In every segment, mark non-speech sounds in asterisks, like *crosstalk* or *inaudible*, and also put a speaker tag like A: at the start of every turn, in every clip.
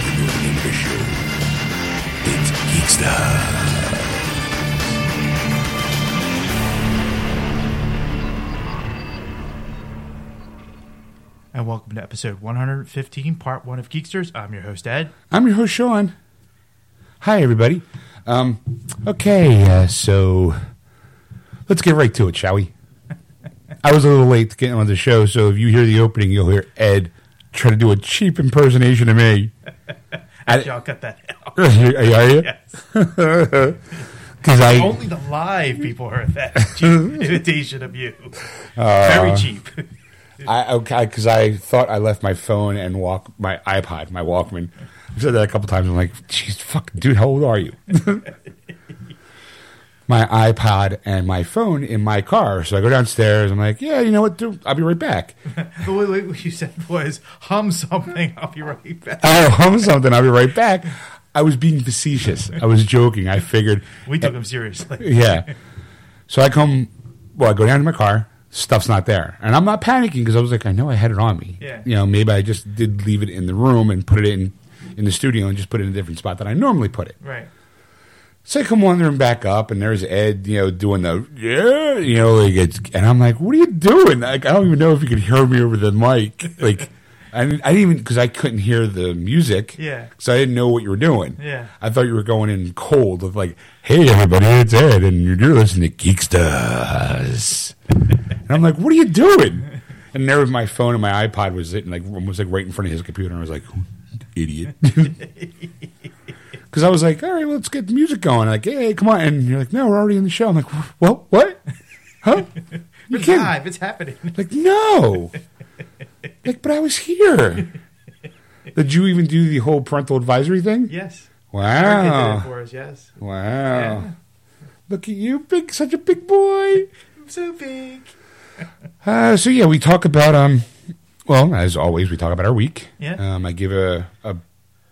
A: the show. It's Geekstar.
B: And welcome to episode 115, part one of Geeksters. I'm your host, Ed.
C: I'm your host, Sean. Hi, everybody. Um, okay, uh, so let's get right to it, shall we? I was a little late to get on the show, so if you hear the opening, you'll hear Ed try to do a cheap impersonation of me. I-
B: Y'all cut that *laughs*
C: *laughs*
B: out.
C: Are you?
B: Yes.
C: *laughs*
B: Oh.
C: Because I,
B: Only the live people heard that
D: *laughs*
B: cheap imitation of you.
D: Uh,
B: Very cheap. *laughs*
C: I, okay, 'cause I thought I left my phone and walk my iPod, my Walkman. I've said that a couple times. I'm like, jeez, fuck, dude, how old are you? *laughs* my iPod and my phone in my car. So I go downstairs. I'm like, yeah, you know what? Dude, I'll be right back. *laughs*
B: The way- way what you said was hum something. I'll be right back.
C: I'll hum something. I'll be right back. I was being facetious. I was joking. I figured,
B: We took him seriously.
C: *laughs* yeah. So I come, well, I go down to my car. Stuff's not there, and I'm not panicking because I was like, I know I had it on me.
B: Yeah.
C: You know, maybe I just did leave it in the room and put it in in the studio and just put it in a different spot that I normally put it.
B: Right.
C: So I come wandering back up, and there's Ed, you know, doing the yeah, you know, like it's, and I'm like, what are you doing? Like, I don't even know if you could hear me over the mic. Like, I didn't, I didn't even because I couldn't hear the music.
B: Yeah.
C: So I didn't know what you were doing.
B: Yeah.
C: I thought you were going in cold with like, hey everybody, it's Ed, and you're listening to Geeksters. and I'm like, what are you doing? And there, was my phone and my iPod was sitting like almost like right in front of his computer, and I was like, idiot. Because I was like, all right, well, let's get the music going. Like, hey, come on. And you're like, no, we're already in the show. I'm like, well, what? Huh?
B: *laughs*
C: You
B: It's
C: can't.
B: live. It's happening. *laughs*
C: Like, no. Like, but I was here. Did you even do the whole parental advisory thing?
B: Yes.
D: Oh.
B: Erica did it
C: Wow.
B: for us, yes.
C: Wow.
B: Yeah.
C: Look at you, big, such a big boy.
B: I'm so big.
C: Uh, so, yeah, we talk about, um, well, as always, we talk about our week.
B: Yeah.
C: Um, I give a, a,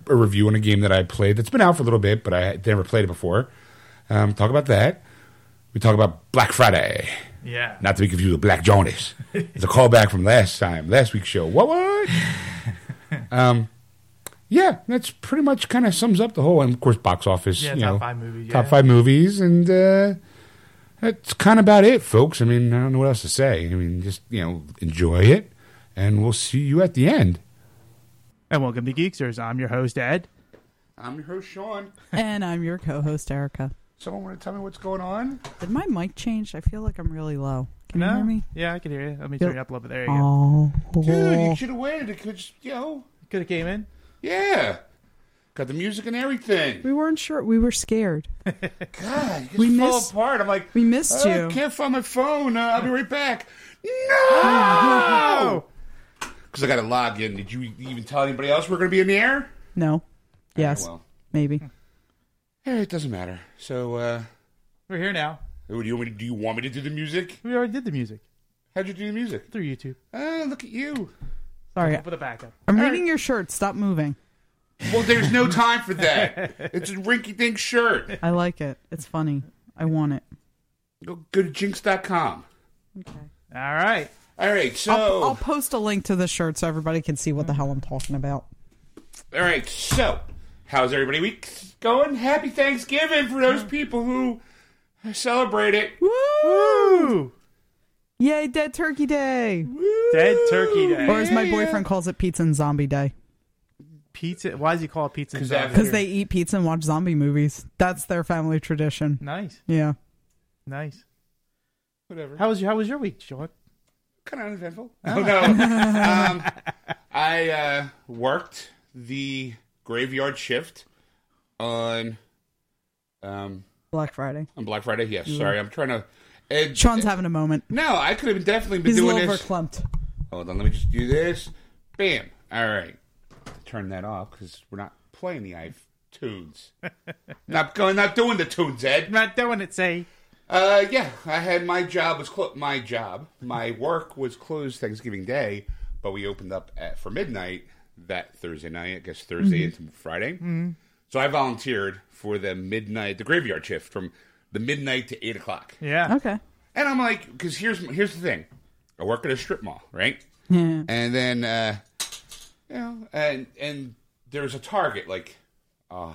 C: a review on a game that I played that's been out for a little bit, but I had never played it before. Um, talk about that. We talk about Black Friday.
B: Yeah.
C: Not to be confused with Black Jonas. It's a callback from last time, last week's show. What
B: *laughs*
C: what? um, yeah, that's pretty much kind of sums up the whole, and of course, box office.
B: Yeah,
C: you
B: top
C: know,
B: five movies,
C: Top
B: yeah.
C: five movies, and uh, that's kind of about it, folks. I mean, I don't know what else to say. I mean, just you know, enjoy it, and we'll see you at the end.
B: And welcome to Geeksters. I'm your host, Ed.
C: I'm your host, Sean.
D: And I'm your co host, Erica.
C: Someone want to tell me what's going on?
D: Did my mic change? I feel like I'm really low. Can you hear me?
B: Yeah, I can hear you. Let me
D: Yep.
B: turn it up a little bit. There you go.
D: Oh,
C: should have waited. It could, you know,
B: Could have came in.
C: yeah. Got the music and everything.
D: we weren't sure. We were scared.
C: God, you just
D: We
C: fall
D: miss-
C: apart. I'm like,
D: we missed
C: "Uh,
D: you."
C: I can't find my phone. Uh, I'll be right
D: *laughs*
C: back. No, because I got to log in. Did you even tell anybody else we're going to be in the air?
D: No. Yes.
C: well.
D: Maybe.
C: Eh, it doesn't matter. So, uh,
B: We're here now.
C: who do you want me to, do you want me to do the music?
B: We already did the music
C: How'd you do the music?
B: through YouTube.
C: Oh, look at you.
D: Sorry.
B: With a backup.
D: I'm reading your shirt. Stop moving.
C: Well, there's no time for that. It's a rinky dink shirt.
D: I like it. It's funny. I want it.
C: Go, go to jinx.com.
D: Okay.
B: All right.
C: All right, so
D: I'll, I'll post a link to the shirt so everybody can see what the hell I'm talking about.
C: All right, so how's everybody week going? Happy Thanksgiving for those people who celebrate it.
B: Woo!
D: Yay, Dead Turkey Day!
B: Dead Turkey Day.
D: Or as my boyfriend calls it, Pizza and Zombie Day.
B: Pizza. Why is he called pizza? and
C: 'Cause I've-
B: Zombie?
D: Because they eat pizza and watch zombie movies. That's their family tradition.
B: Nice,
D: Yeah.
B: nice.
C: Whatever.
B: How was your How was your week, Sean?
C: Kind of uneventful. Oh,
D: *laughs*
C: no. um, I uh, worked the graveyard shift on um,
D: Black Friday.
C: on Black Friday. Yes, sorry. I'm trying to. Ed,
D: Sean's having a moment.
C: no, I could have definitely been
D: He's a
C: doing
D: little
C: this.
D: verklempt.
C: Hold on, let me just do this. Bam. All right. Turn that off because we're not playing the iTunes. not going, not doing the tunes, Ed.
B: not doing it. Say
C: Uh, yeah, I had my job was clo- my job. My work was closed Thanksgiving Day, but we opened up at, for midnight that Thursday night. I guess Thursday into Friday. So I volunteered for the midnight, the graveyard shift from the midnight to eight o'clock.
B: yeah.
D: Okay.
C: And I'm like, because here's here's the thing. I work at a strip mall, right?
D: Yeah.
C: And then, uh, you know, and and there's a Target like uh,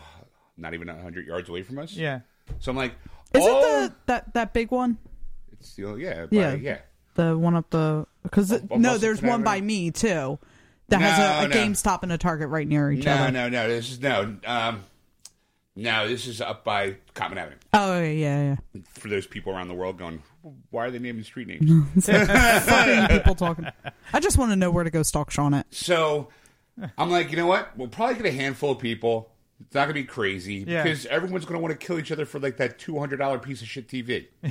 C: not even hundred yards away from us.
B: Yeah.
C: So I'm like,
D: Is it
C: oh,
D: the that that big one?
C: it's the, yeah,
D: Yeah.
C: yeah, yeah.
D: The one up the because
C: Oh,
D: no,
C: Muscle
D: there's one
C: Canal.
D: by me too. That has a, a
C: No, no.
D: GameStop and a Target right near each
C: No,
D: other.
C: no, no. This is no, um, no. This is up by Common Avenue.
D: Oh yeah, yeah.
C: For those people around the world going, why are they naming street names?
D: yeah. *laughs* Fucking people talking. I just want to know where to go stalk Sean at.
C: so I'm like, you know what? We'll probably get a handful of people. It's not gonna be crazy
B: Yeah.
C: because everyone's gonna want to kill each other for like that two hundred dollar piece of shit TV
B: *laughs*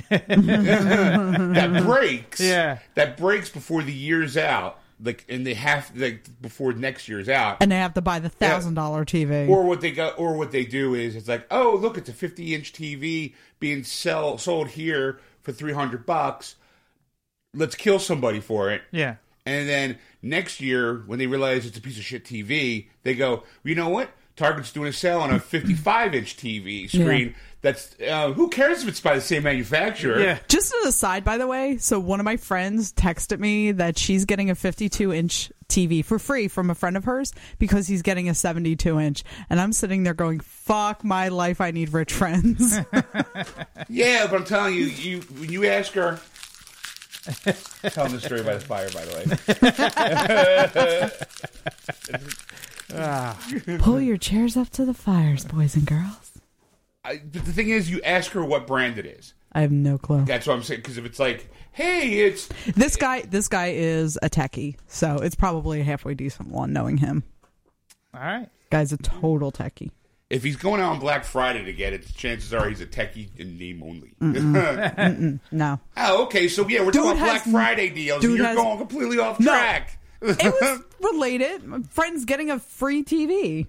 C: that breaks.
B: Yeah.
C: that breaks before the year's out. Like, and they have like before next year's out.
D: And they have to buy the thousand dollar TV.
C: Or what they go, or what they do is it's like, oh, look, it's a 50 inch TV being sell sold here for 300 bucks. Let's kill somebody for it.
B: Yeah.
C: And then next year, when they realize it's a piece of shit TV, they go, you know what? Target's doing a sale on a 55 inch TV screen. That's uh, who cares if it's by the same manufacturer?
B: Yeah.
D: Just as a side, by the way, so one of my friends texted me that she's getting a 52 inch TV for free from a friend of hers because he's getting a 72 inch. And I'm sitting there going, fuck my life, I need
B: *laughs*
D: rich friends.
C: Yeah, but I'm telling you, you when you ask her, telling the story by the fire, by the way.
D: Pull your chairs up to the fires, boys and girls.
C: I, but the thing is, you ask her what brand it is.
D: I have no clue.
C: That's what I'm saying. Because if it's like, hey, it's
D: This guy, this guy is a techie, so it's probably a halfway decent one. Knowing him,
B: All right.
D: guy's a total techie.
C: if he's going out on Black Friday to get it, chances are he's a techie in name only. *laughs*
B: *laughs*
D: No,
C: oh, okay. So yeah, we're
D: Dude
C: talking
D: has-
C: Black Friday deals.
D: dude
C: and you're
D: has-
C: going completely off
D: No.
C: track. *laughs*
D: it was related. My friend's getting a free TV.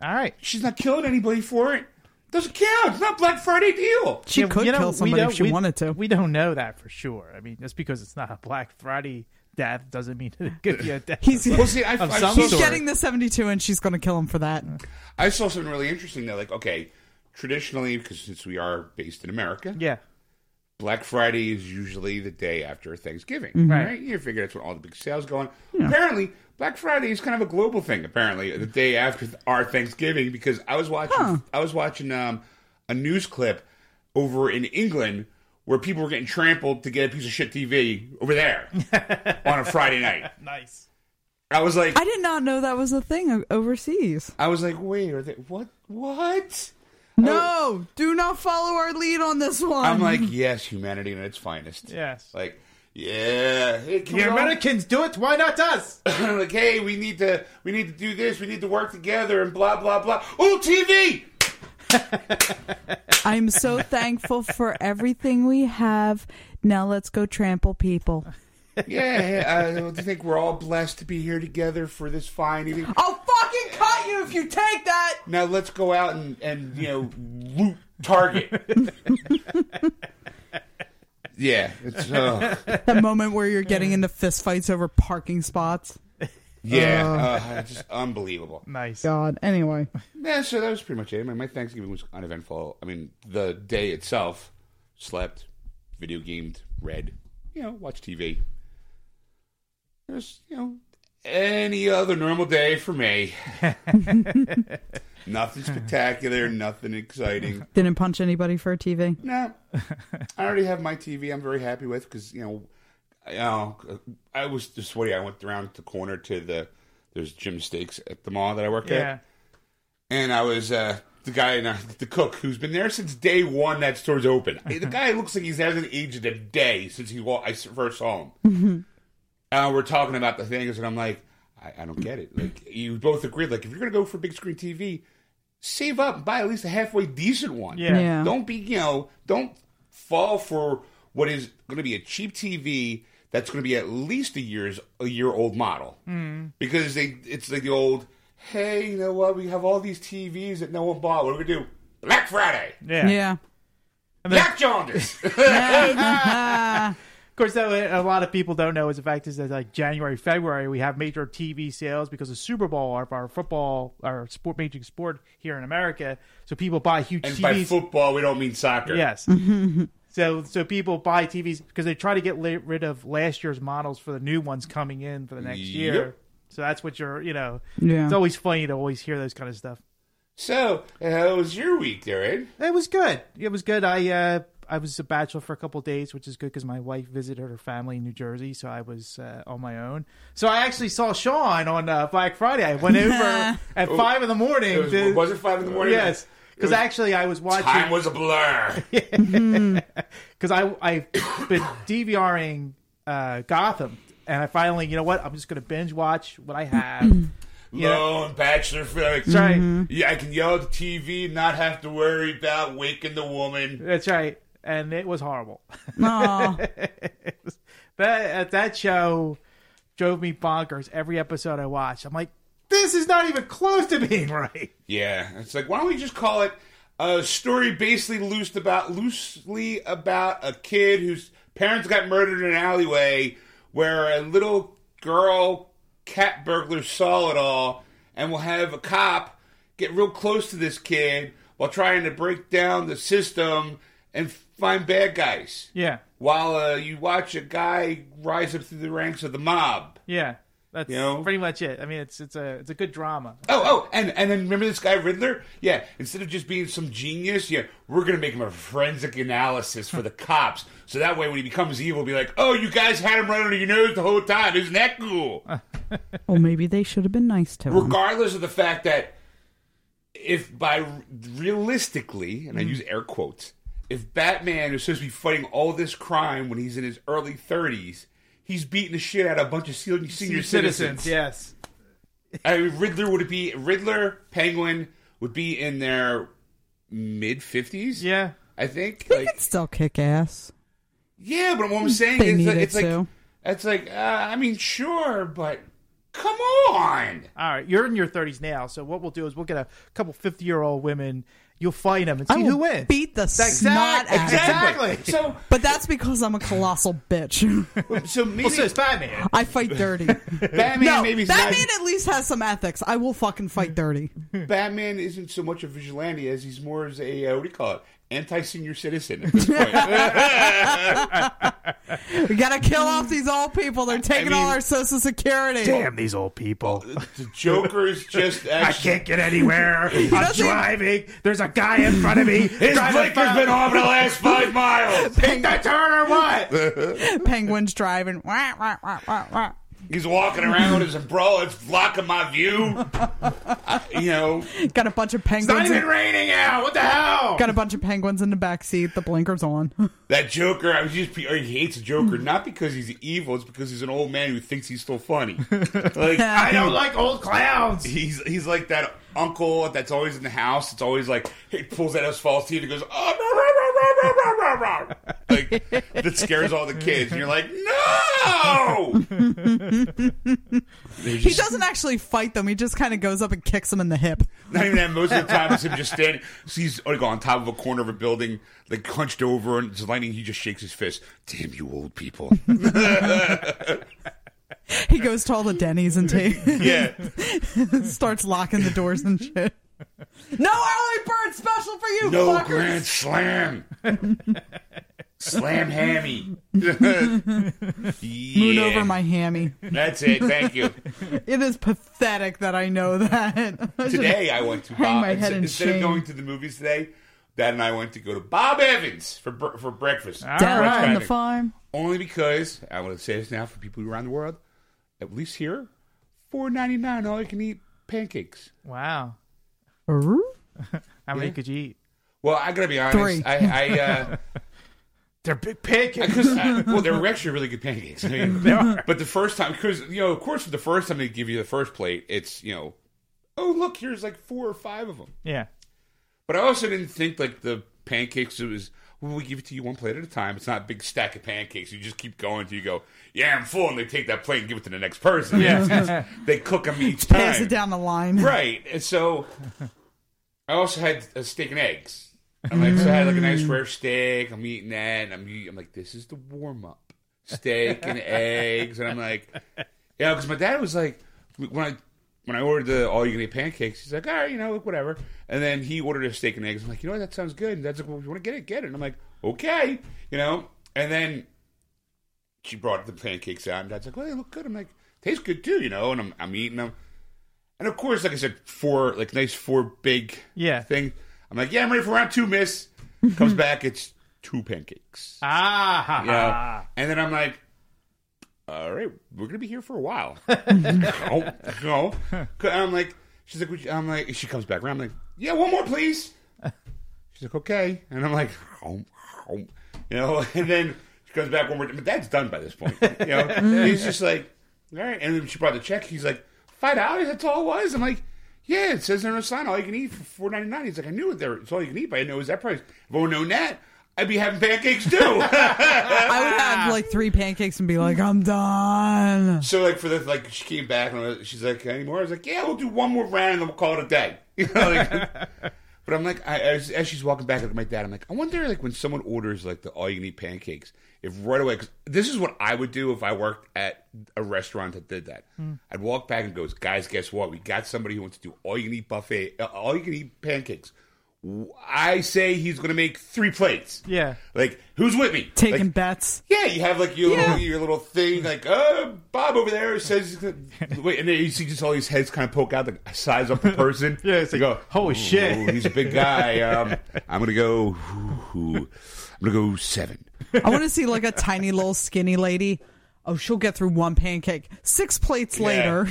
B: All right.
C: She's not killing anybody for it. Doesn't count. It's not Black Friday deal.
D: She
B: Yeah,
D: could
B: you know,
D: kill
B: we
D: somebody if
B: don't-
D: she
B: we-
D: wanted to.
B: We don't know that for sure. I mean, just because it's not a Black Friday death doesn't mean *laughs* it could be a death.
D: He's-
B: of-
C: Well, see, I-
B: of
C: I-
B: some
C: he's
D: He's
B: sort.
D: getting the 72 and she's going to kill him for that.
C: I saw something really interesting there. Like, okay, traditionally, because since we are based in America,
B: yeah.
C: Black Friday is usually the day after Thanksgiving,
B: Right.
C: right? You figure that's when all the big sales go on. Apparently, Black Friday is kind of a global thing. Apparently, the day after our Thanksgiving, because I was watching, I was watching um, a news clip over in England where people were getting trampled to get a piece of shit TV over there on a Friday night.
B: Nice.
C: I was like,
D: I did not know that was a thing o- overseas.
C: I was like, wait, are they, what, what?
D: No, do not follow our lead on this one.
C: I'm like, yes, humanity in its finest.
B: Yes.
C: Like, yeah, hey, can we all-
B: do it. Why not us?
C: *coughs* like, hey, we need to we need to do this, we need to work together and blah blah blah. Oh TV
D: I'm so thankful for everything we have. Now let's go trample people.
C: Yeah, I think we're all blessed to be here together for this fine evening.
D: I'll fucking cut you if you take that.
C: Now let's go out and, and you know, loot Target. yeah. It's uh,
D: The moment where you're getting into fistfights over parking spots.
C: Yeah. Uh, it's just unbelievable.
B: Nice.
D: God. Anyway,
C: Yeah, so that was pretty much it. I mean, my Thanksgiving was uneventful. I mean, the day itself, slept, video gamed, read, you know, watched TV. There's, you know, any other normal day for me. nothing spectacular, nothing exciting.
D: didn't punch anybody for a TV.
C: No, I already have my TV. I'm very happy with because you know, I, you know, I was just what I went around the corner to the there's Jim Steaks at the mall that I work at
B: Yeah.
C: and I was uh, the guy, and, uh, the cook, who's been there since day one that store's open. the guy looks like he's hasn't aged a day since he wa- I s- first saw him. uh, we're talking about the things, and I'm like, I, I don't get it. Like you both agreed, like if you're gonna go for big screen TV, save up and buy at least a halfway decent one.
B: Yeah.
D: Yeah.
C: Don't be, you know, don't fall for what is going to be a cheap TV that's going to be at least a year's a year old model
B: Hmm.
C: because they it's like the old hey you know what we have all these TVs that no one bought what do we do Black Friday
B: Yeah.
D: yeah.
C: Black Jaundice
B: *laughs*
C: *laughs*
B: Of course, though, a lot of people don't know is the fact is that like January, February, we have major TV sales because of Super Bowl, our, our football, our sport, major sport here in America. So people buy huge
C: and by
B: TVs.
C: football we don't mean soccer
B: Yes. so so people buy TVs because they try to get la- rid of last year's models for the new ones coming in for the next
C: Yep.
B: year. So that's what you're, you know.
D: Yeah.
B: It's always funny to always hear those kind of stuff.
C: So, uh, how was your week, Darren?
B: It was good. It was good. I uh, I was a bachelor for a couple of days, which is good because my wife visited her family in New Jersey, so I was uh, on my own. So I actually saw Sean on uh, Black Friday. I went over at five in the morning.
C: Oh, It was,
B: to-
C: was it five in the morning?
B: yes, because
C: was-
B: actually I was watching.
C: Time was a
B: *laughs*
C: blur.
B: because I I've been DVRing uh, Gotham, and I finally, you know what? I'm just gonna binge watch what I have. You know,
C: Lone bachelor Felix.
B: that's right.
C: Yeah, I can yell at the TV and not have to worry about waking the woman.
B: That's right. And it was horrible. *laughs*
D: Aw.
B: That uh, that show drove me bonkers. Every episode I watched, I'm like, this is not even close to being right.
C: Yeah, it's like why don't we just call it a story basically loosed about loosely about a kid whose parents got murdered in an alleyway, where a little girl cat burglar saw it all, and we'll have a cop get real close to this kid while trying to break down the system and find bad guys.
B: Yeah,
C: While uh, you watch a guy rise up through the ranks of the mob.
B: yeah. That's
C: You know?
B: pretty much it. I mean, it's it's a it's a good drama.
C: Oh, oh, and and then remember this guy Riddler? Yeah, instead of just being some genius, yeah, we're gonna make him a forensic analysis for the cops, so that way when he becomes evil, be like, oh, you guys had him right under your nose the whole time, isn't that *laughs* cool?
D: well, maybe they should have been nice to him.
C: Regardless of the fact that if by realistically, and I use air quotes, if Batman is supposed to be fighting all this crime when he's in his early thirties, he's beating the shit out of a bunch of senior, senior citizens.
B: yes.
C: I mean, Riddler would be Riddler, Penguin would be in their mid fifties.
B: Yeah,
C: I think.
D: He
C: Like,
D: could still kick ass.
C: yeah, but what I'm saying
D: They
C: is,
D: needed
C: that it's like
D: to.
C: it's like uh, I mean, sure, but come *laughs* on.
B: All right, you're in your 30s now, so what we'll do is we'll get a couple 50 year old women. You'll fight them and see
D: I will
B: who wins.
D: Beat the snot out of him.
B: Exactly.
C: So,
D: But that's because I'm a colossal bitch. *laughs*
C: so maybe
B: well, so it's Batman.
D: I fight
C: *laughs*
D: dirty.
C: Batman
D: no,
C: maybe is
D: Batman
C: not,
D: at least has some ethics. I will fucking fight dirty.
C: Batman isn't so much a vigilante as he's more as a uh, what do you call it? Anti senior citizen at this point. *laughs*
D: We gotta kill off these old people. They're taking all
C: mean-
D: our social security.
B: Damn these old *laughs* people.
C: the Joker is just
B: I
C: actually.
B: can't get *laughs* anywhere. I'm
D: doesn't-
B: driving. There's a guy in front of *laughs* me.
C: His blinker's been on for the last five miles.
B: Pick the turn or what?
D: Penguins driving. Wah, wah, wah, wah, wah.
C: He's walking around with his umbrella. It's blocking my view. I- you know,
D: Got a bunch of
C: it's not
D: penguins.
C: even
D: In,
C: raining out. What the hell?
D: got a bunch of penguins in the back seat. The blinkers on. *laughs*
C: That Joker, I was just, he hates Joker, not because he's evil, it's because he's an old man who thinks he's still funny. Like, *laughs* I
B: I don't
C: don't like.
B: like old clowns.
C: He's he's like that uncle that's always in the house. It's always like he pulls out his false teeth and goes, oh, rah, rah, rah, rah, rah, rah, rah." like that scares all the kids. And you're like, *laughs* no. They're
D: he
C: just-
D: doesn't actually fight them. He just kind of goes up and kicks them in the hip.
C: Not even that. Most of the time, it's him just standing. So he's like on top of a corner of a building, like hunched over, and it's lightning. He just shakes his fist. Damn you, old
D: *laughs*
C: people!
D: He goes to all the Denny's and ta- *laughs*
C: yeah,
D: starts locking the doors
C: *laughs*
D: and shit. No early bird special for you,
C: no
D: fuckers.
C: grand slam, slam hammy. yeah.
D: Moon over my hammy.
C: That's it. Thank you.
D: It is pathetic that I know that. *laughs*
C: Today I went to
D: Hang
C: Bob.
D: my
C: instead
D: head in
C: instead of
D: shame.
C: going to the movies today, Dad and I went to go to Bob Evans for br- for breakfast.
D: Down
B: All right.
D: on the farm.
C: only because I want to say this now for people around the world, at least here, four ninety nine all you can eat pancakes.
B: Wow. How many could you eat?
C: Well, I gotta be honest.
D: Three.
C: I,
D: *laughs*
C: I uh,
B: They're big pancakes.
C: cause I- well, they were actually really good pancakes. I
D: *laughs*
C: mean, But the first time, because you know, of course, the first time they give you the first plate, it's you know, oh look, here's like four or five of them.
B: Yeah.
C: But I also didn't think like the pancakes. It was well, we give it to you one plate at a time. It's not a big stack of pancakes. You just keep going till you go, yeah, I'm full, and they take that plate and give it to the next person.
B: Yeah.
C: *laughs* they cook them each time.
D: Pass it down the line.
C: Right. And so I also had a steak and eggs. I'm like, so I had like a nice rare steak. I'm eating that. And I'm, eat- I'm like, this is the warm up steak and eggs. And I'm like, you know, because my dad was like, when I when I ordered the all you can eat pancakes, he's like, all right, you know, like, whatever. And then he ordered a steak and eggs. I'm like, you know what, that sounds good. And dad's like, well, if you want to get it, get it. And I'm like, okay, you know. And then she brought the pancakes out, and dad's like, well, they look good. I'm like, tastes good too, you know. And I'm I'm eating them. And of course, like I said, four like nice four big
B: Yeah.
C: thing. I'm like, yeah, I'm ready for round two, miss. Comes back, it's two pancakes.
B: Ah, ha,
C: *laughs* Yeah.
B: ha. *laughs*
C: And then I'm like, all right, we're gonna be here for a while. no, no. 'Cause I'm like, she's like, would you- I'm like, she comes back around. I'm like, yeah, one more, please. She's like, okay, and I'm like, oh, oh. you know, *laughs* and then she comes back one more. But dad's done by this point. You know, And he's just like, all right. And then she brought the check. He's like, five dollars. That's all it was. I'm like. Yeah, it says there on the sign all you can eat for four ninety nine. He's like, I knew it there. It's all you can eat, but I know it was that price. If I would known that, I'd be having pancakes too.
D: I would have like three pancakes and be like, I'm done.
C: So like for the like she came back and I was- she's like any more? I was like, yeah, we'll do one more round and then we'll call it a day. *laughs* You know, like, but I'm like, I, as, as she's walking back with my dad, I'm like, I wonder like when someone orders like the all you can eat pancakes, if right away, because this is what I would do if I worked at a restaurant that did that. I'd walk back and goes, guys, guess what? We got somebody who wants to do all you can eat buffet, uh, all you can eat pancakes. W- I say he's going to make three plates.
B: Yeah.
C: Like, who's with me?
D: Taking
C: Like,
D: bets.
C: yeah, you have like your
D: Yeah.
C: little, your little thing, like oh, Bob over there says, wait, and then you see just all these heads kind of poke out, like size up
B: *laughs*
C: the person.
B: Yeah, it's
C: You
B: like, holy
C: "Ooh,
B: shit."
C: he's a big guy.
B: *laughs*
C: Um, I'm gonna go, ooh, I'm gonna go seven.
D: I want to see like a tiny little skinny lady. Oh, she'll get through one pancake. Six plates later.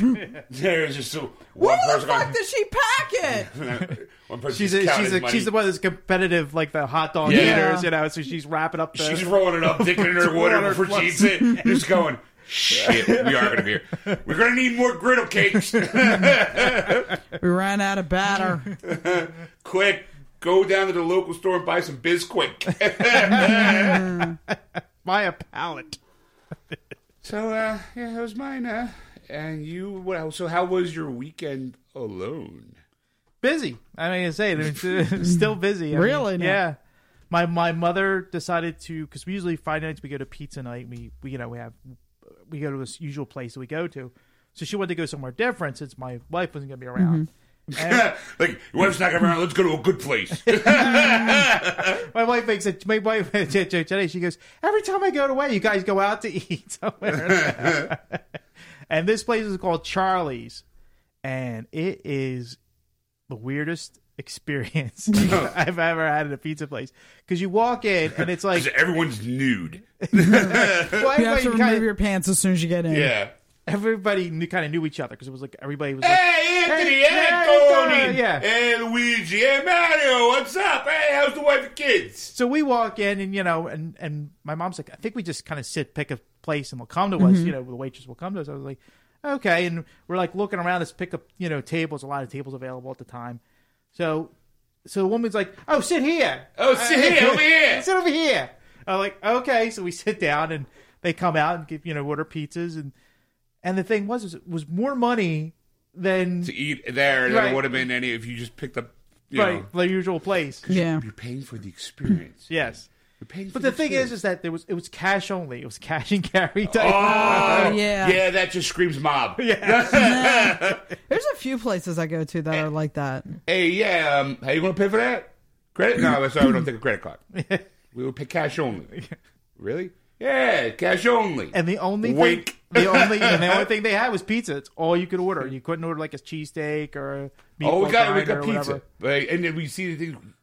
B: *laughs*
C: There's just so one
D: Where the
C: person.
D: fuck did she pack
C: *laughs*
D: it?
C: going- one person
B: She's
C: just
B: a, she's
C: counting
B: a,
C: money.
B: she's the one that's competitive, like the hot dog
C: Yeah.
B: eaters, you know. So she's wrapping up the.
C: She's rolling it up,
B: *laughs*
C: dipping it in her water before she eats it. Just going, shit, we are gonna be here. We're gonna need more griddle
B: *laughs*
C: cakes.
D: We ran out of batter.
C: Quick, go down to the local store and buy some biz quick. *laughs*
B: by a pallet.
C: So uh, yeah, that was mine. Uh, and you, well, so how was your weekend alone?
B: Busy. I mean, I say it's, *laughs* uh, still busy. I mean,
D: Really? No.
B: Yeah. My my mother decided to because we usually Friday nights we go to pizza night. We we you know we have we go to this usual place that we go to. So she wanted to go somewhere different since my wife wasn't going to be around.
D: Mm-hmm.
B: And-
C: *laughs* like your wife's not around. Let's go to a good *laughs* place.
B: My wife makes it. My wife *laughs* made a joke today. She goes, "Every time I go away, you guys go out to *laughs* eat somewhere."
D: *laughs*
B: and this place is called Charlie's, and it is the weirdest
D: *laughs*
B: experience *laughs* I've ever had at a pizza place because you walk in and it's
D: *laughs*
B: like
C: Because everyone's nude.
B: well,
D: You have
B: everybody,
D: to
B: kind
D: remove
B: of,
D: your pants as soon as you get in.
C: Yeah.
B: everybody knew, kind of knew each other because it was like everybody
D: *laughs*
B: was like,
C: Hey Anthony,
B: Hey,
C: hey Tony,
B: yeah.
C: hey Luigi, hey Mario, what's up? Hey, how's the wife and kids?
B: so we walk in and you know and and my mom's like i think we just kind of sit pick a place and they'll come to us you know the waitress will come to us i was like okay and we're like looking around this pick up you know tables a lot of tables available at the time so so the woman's like oh sit here
C: Oh, sit here, over here.
B: *laughs* sit over here i'm like okay so we sit down and they come out and give you know order pizzas and and the thing was was, it was more money than
C: To eat there, than
B: Right.
C: it would have been any if you just picked up. You
B: right
C: know,
B: the usual place
D: Yeah.
C: you're paying for the experience.
B: yes
C: You're paying for
B: but the thing
C: experience.
B: is is that there was it was cash only it was cash and carry type
C: oh
D: Yeah.
C: yeah, that just screams mob.
D: There's a few places I go to that are like that.
C: hey, yeah, um, how you gonna pay for that? Credit? No, that's sorry, we don't take a credit card. we will pay cash only. really? Yeah, cash only.
B: And the only
C: Wink.
B: thing, the only, and
C: *laughs*
B: the only thing they had was pizza. It's all you could order. You couldn't order like a cheesesteak or a meatball
C: oh, we got we
B: grinder
C: got
B: or
C: pizza.
B: whatever.
C: Right? And then we see the thing.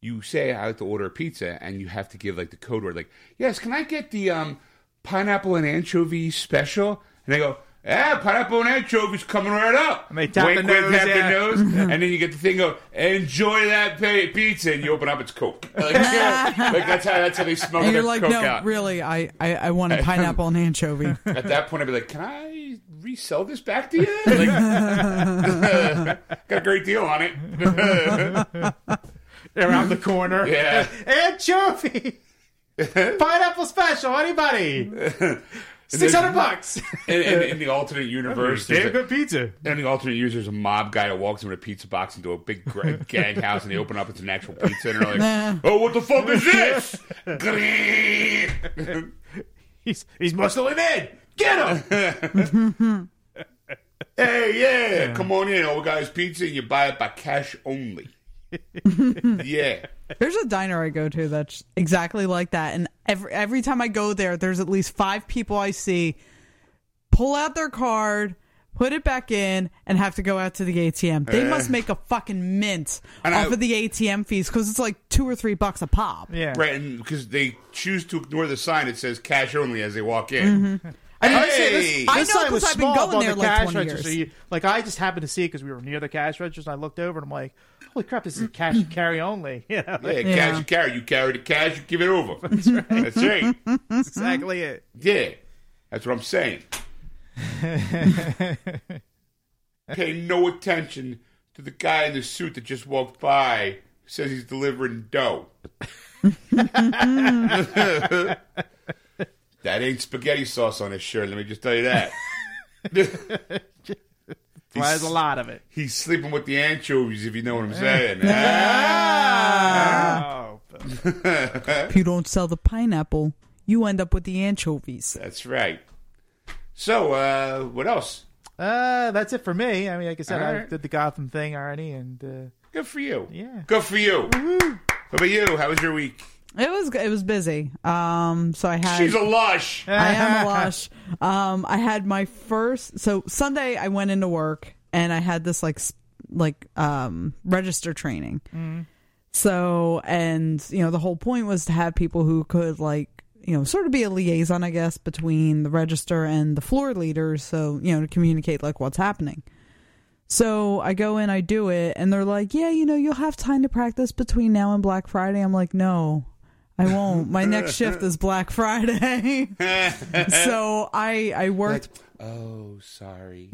C: You say I like to order a pizza, and you have to give like the code word, like yes, can I get the um, pineapple and anchovy special? And they go. Ah, pineapple and anchovies coming right up.
B: And they tap the nose,
C: tap the
B: yeah. *laughs*
C: nose, and then you get the thing. Go enjoy that pa- pizza, and you open up, it's
B: *laughs*
C: Coke. Like, like, that's how that's how they smuggle
D: And
C: their
D: you're like,
C: Coke
D: no,
C: out.
D: really, I, I, I want a
C: *laughs*
D: pineapple and anchovy.
C: At that point, I'd be like, "Can I resell this back to
D: *laughs*
C: you?" Like, *laughs* got a great deal on
D: *laughs*
C: it.
B: around the
C: *laughs*
B: corner.
C: yeah, *laughs*
B: Anchovy, pineapple special. Anybody? Six hundred bucks.
C: in, in, in the alternate universe, *laughs* there's a-
B: pizza.
C: in the alternate universe, there's a mob guy that walks into a pizza box into a big gra- gang house, and they open up it's an actual pizza, and they're like, "Oh, what the fuck is *laughs* this?"
B: He's he's muscling in. Get
C: *laughs*
B: him.
C: hey, yeah, come on in, old guy's pizza, and you buy it by cash *laughs* only. yeah.
D: There's a diner I go to that's exactly like that, and every every time I go there, there's at least five people I see pull out their card, put it back in, and have to go out to the ATM. They must make a fucking mint
C: And
D: off
C: I-
D: of the ATM fees because it's like two or three bucks a pop.
B: Yeah.
C: Right, and because they choose to ignore the sign that says cash only as they walk in.
B: I mean, this-
C: Hey!
B: this,
D: I
B: this
D: know
B: sign
D: 'cause
B: was
D: I've been
B: small
D: going
B: up on
D: there
B: the
D: like
B: cash
D: 20
B: register.
D: years.
B: You- like I just happened to see it because we were near the cash register, and I looked over and I'm like, "Holy crap, *clears throat* this is cash and carry only." *laughs* You know,
C: Mm-hmm. Yeah,
D: Yeah.
C: cash you carry. You carry the cash, you give it over. That's right. That's right.
B: that's exactly it.
C: Yeah. That's what I'm saying.
B: *laughs*
C: Pay no attention to the guy in the suit that just walked by who says he's delivering
B: *laughs*
C: dough. that ain't spaghetti sauce on his shirt, let me just tell you
B: *laughs*
C: that.
B: Well, there's a lot of it.
C: He's sleeping with the anchovies, if you know what I'm
B: *laughs*
C: saying. Ah,
B: Oh,
D: If you don't sell the pineapple, you end up with the anchovies.
C: that's right. So, uh, what else?
B: uh, that's it for me. I mean, like I said,
C: All
B: I
C: right.
B: did the Gotham thing already, and uh,
C: Good for you.
B: Yeah.
C: Good for you. What about you? How was your week?
D: It was it was busy. Um, so I had
C: She's a lush.
D: I am a lush. Um, I had my first. So Sunday, I went into work and I had this like s- like um register training. So and you know the whole point was to have people who could like you know sort of be a liaison, I guess, between the register and the floor leaders. So you know to communicate like what's happening. So I go in, I do it, and they're like, "Yeah, you know, you'll have time to practice between now and Black Friday." I'm like, "No, I won't. My next shift is Black Friday." *laughs* so I I worked
C: Oh, sorry.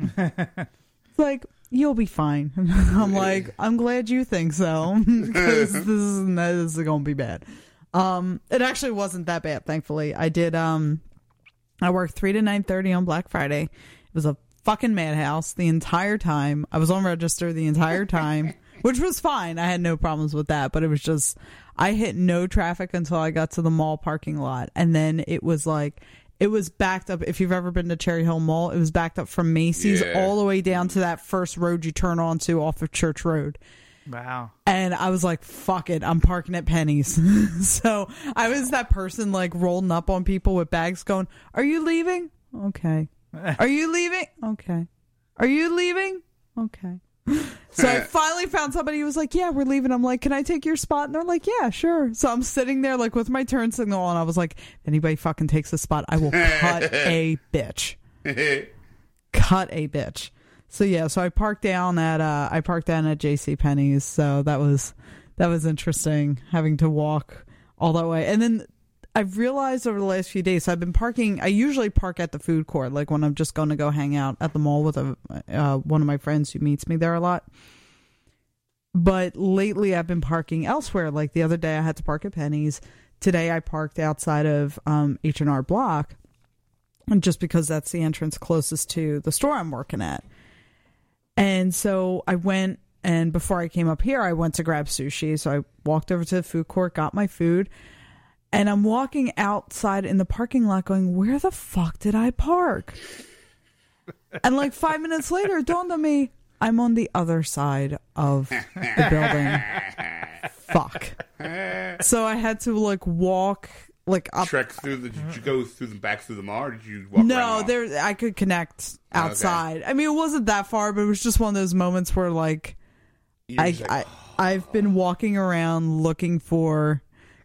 D: like you'll be fine. *laughs* I'm like, I'm glad you think so *laughs* because this is no, this is gonna be bad. Um, it actually wasn't that bad, thankfully. I did um, I worked three to nine thirty on Black Friday. It was a fucking madhouse the entire time. I was on register the entire time, which was fine. I had no problems with that, but it was just I hit no traffic until I got to the mall parking lot, and then it was like. It was backed up. If you've ever been to Cherry Hill Mall, it was backed up from Macy's
C: Yeah.
D: all the way down to that first road you turn onto off of Church Road.
B: wow.
D: And I was like, fuck it, I'm parking at Penny's. *laughs* so I was that person like rolling up on people with bags going, Are you leaving? Okay. Are you leaving? Okay. Are you leaving? Okay. *laughs* So I finally found somebody who was like, Yeah, we're leaving. I'm like, Can I take your spot? And they're like, Yeah, sure. So I'm sitting there like with my turn signal on. I was like, If anybody fucking takes a spot, I will cut a bitch cut a bitch. So yeah, so I parked down at uh I parked down at JC Penney's, so that was that was interesting having to walk all that way. And then I've realized over the last few days so I've been parking I usually park at the food court like when I'm just going to go hang out at the mall with a uh, one of my friends who meets me there a lot. But lately I've been parking elsewhere. Like the other day I had to park at Penny's. Today I parked outside of um H&R Block and just because that's the entrance closest to the store I'm working at. And so I went and before I came up here, I went to grab sushi. So I walked over to the food court, got my food, and I'm walking outside in the parking lot going, Where the fuck did I park? and like five minutes later, it dawned on me, I'm on the other side of the building. fuck. So I had to like walk like up
C: Trek through the. Did you go through the back through the mall? Or did you walk? around
D: no,
C: the mall?
D: there I could connect outside. I mean, it wasn't that far, but it was just one of those moments where like
C: You were
D: I,
C: just like,
D: I I've been walking around looking for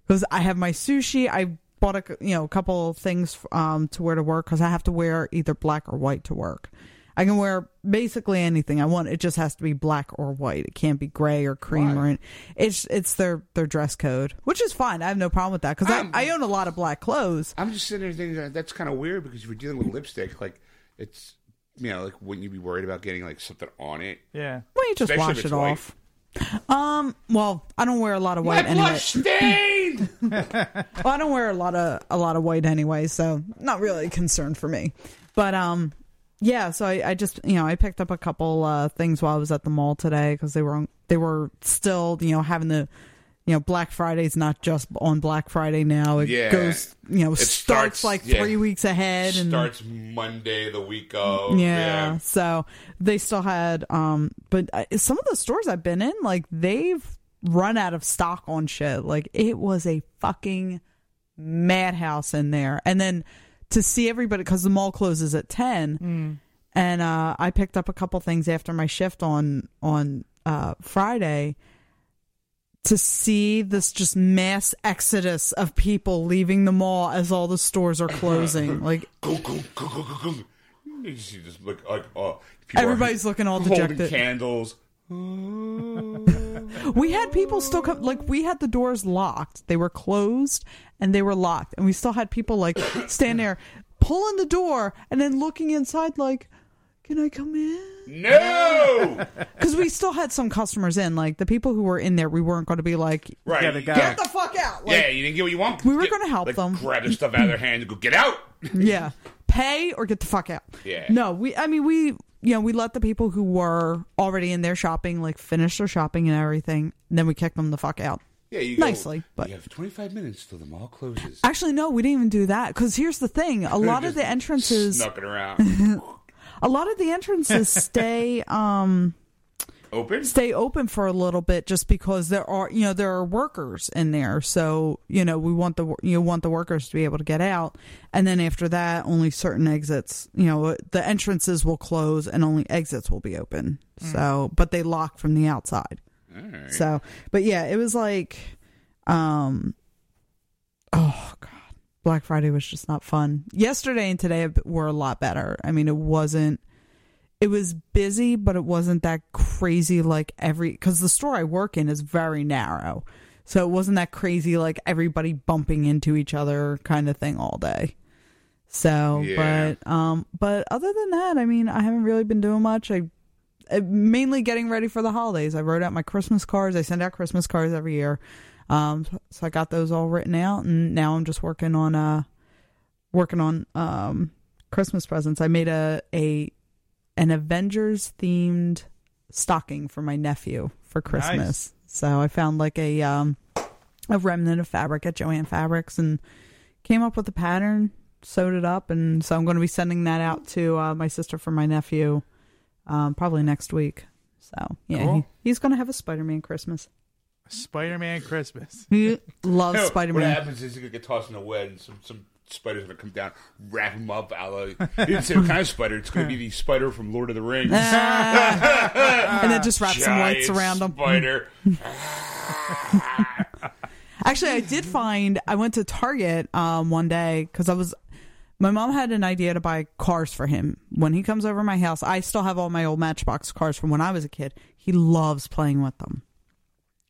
D: because I have my sushi. I bought a c- you know a couple things um to wear to work because I have to wear either black or white to work. I can wear basically anything I want. It just has to be black or white. It can't be gray or cream or any- it's it's their their dress code, which is fine. I have no problem with that because I,
C: I'm-
D: I own a lot of black clothes.
C: I'm just sitting there thinking that that's kind of weird because if you're dealing with lipstick, like it's you know, like wouldn't you be worried about getting like something on it?
B: *laughs* Yeah.
D: Well, you just
C: Especially if
D: wash
C: it's
D: it
C: white.
D: off. Um. Well, I don't wear a lot of white
C: My
D: anyway.
C: blush
D: *laughs*
C: stain.
D: Well, I don't wear a lot of a lot of white anyway, so not really a concern for me. But um, yeah. So I, I just you know I picked up a couple uh, things while I was at the mall today because they were on, they were still you know having the you know Black Friday's not just on Black Friday now. It
C: Yeah.
D: goes you know
C: It
D: starts,
C: starts-
D: like
C: yeah.
D: three weeks ahead and
C: Starts Monday, the week of.
D: yeah, so they still had um but I, some of the stores i've been in like they've run out of stock on shit like it was a fucking madhouse in there and then to see everybody because the mall closes at 10 and uh, I picked up a couple things after my shift on on uh, Friday to see this just mass exodus of people leaving the mall as all the stores are closing. Like
C: Go, go, go, go, go, go. You see this look like oh, people are
D: everybody's looking all
C: holding
D: dejected.
C: candles.
D: We had people still come, like, we had the doors locked. They were closed and they were locked. And we still had people, like, stand there, pulling the door and then looking inside, like, can I come in? *laughs*
C: No,
D: Because we still had some customers in. Like, the people who were in there, we weren't going to be like,
C: right?
B: Yeah, the guy-
D: get the fuck out. Like,
C: yeah, you didn't get what you want.
D: We were
C: Get-
D: gonna help
C: like,
D: them.
C: Grab their stuff out of their hand and go get out.
D: yeah pay or get the fuck out
C: Yeah.
D: no we i mean we you know we let the people who were already in their shopping like finish their shopping and everything and then we kicked them the fuck out
C: Yeah, you go,
D: nicely but
C: you have 25 minutes till the mall closes.
D: actually no we didn't even do that because here's the thing a lot of the entrances
C: Snucking
D: *laughs*
C: around,
D: a lot of the entrances stay um
C: open.
D: stay open for a little bit just because there are you know there are workers in there so you know we want the you want the workers to be able to get out and then after that only certain exits you know the entrances will close and only exits will be open so but they lock from the outside so but yeah it was like um oh god black friday was just not fun yesterday and today were a lot better i mean it wasn't it was busy, but it wasn't that crazy like every because the store I work in is very narrow. So it wasn't that crazy like everybody bumping into each other kind of thing all day. So,
C: Yeah.
D: but um but other than that, I mean, I haven't really been doing much. I uh, mainly getting ready for the holidays. I wrote out my Christmas cards. I send out Christmas cards every year. Um so- so I got those all written out and now I'm just working on uh working on um Christmas presents. I made a a an Avengers themed stocking for my nephew for Christmas. So I found like a um a remnant of fabric at Joann Fabrics and came up with a pattern, sewed it up, and so I'm going to be sending that out to uh, my sister for my nephew um, probably next week. So yeah,
B: Cool.
D: he, he's going to have a Spider-Man Christmas.
B: Spider-Man Christmas.
D: He loves
C: No, What
D: Spider-Man.
C: happens is he's gonna get tossed in the web, and some some spiders are gonna come down, wrap him up. A la, you didn't say what kind of spider. It's gonna be the spider from Lord of the Rings.
D: Ah. *laughs* and then just Eh, wrap some lights
C: Giant
D: around him. *laughs*
C: Spider.
D: Actually, I did find I went to Target um, one day because I was. My mom had an idea to buy cars for him when he comes over my house. I still have all my old Matchbox cars from when I was a kid. He loves playing with them.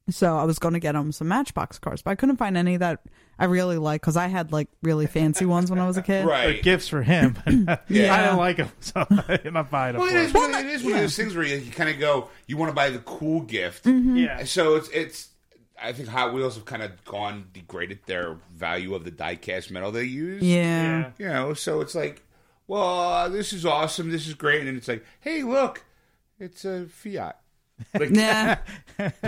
D: So I was going to get him some Matchbox cars, but I couldn't find any that I really like because I had like really fancy ones when I was a kid.
B: They're
C: Right.
B: gifts for him. *laughs* I
D: Yeah.
B: don't like him, so I'm not buying them.
C: Well, it
B: for him.
C: is, one, it is one of those things where you, you kind of go, you want to buy the cool gift.
B: Yeah.
C: So it's it's. I think Hot Wheels have kind of gone degraded their value of the die-cast metal they use.
D: Yeah.
C: You know, so it's like, well, this is awesome, this is great, and then it's like, hey, look, it's a Fiat. Like,
D: *laughs* Nah.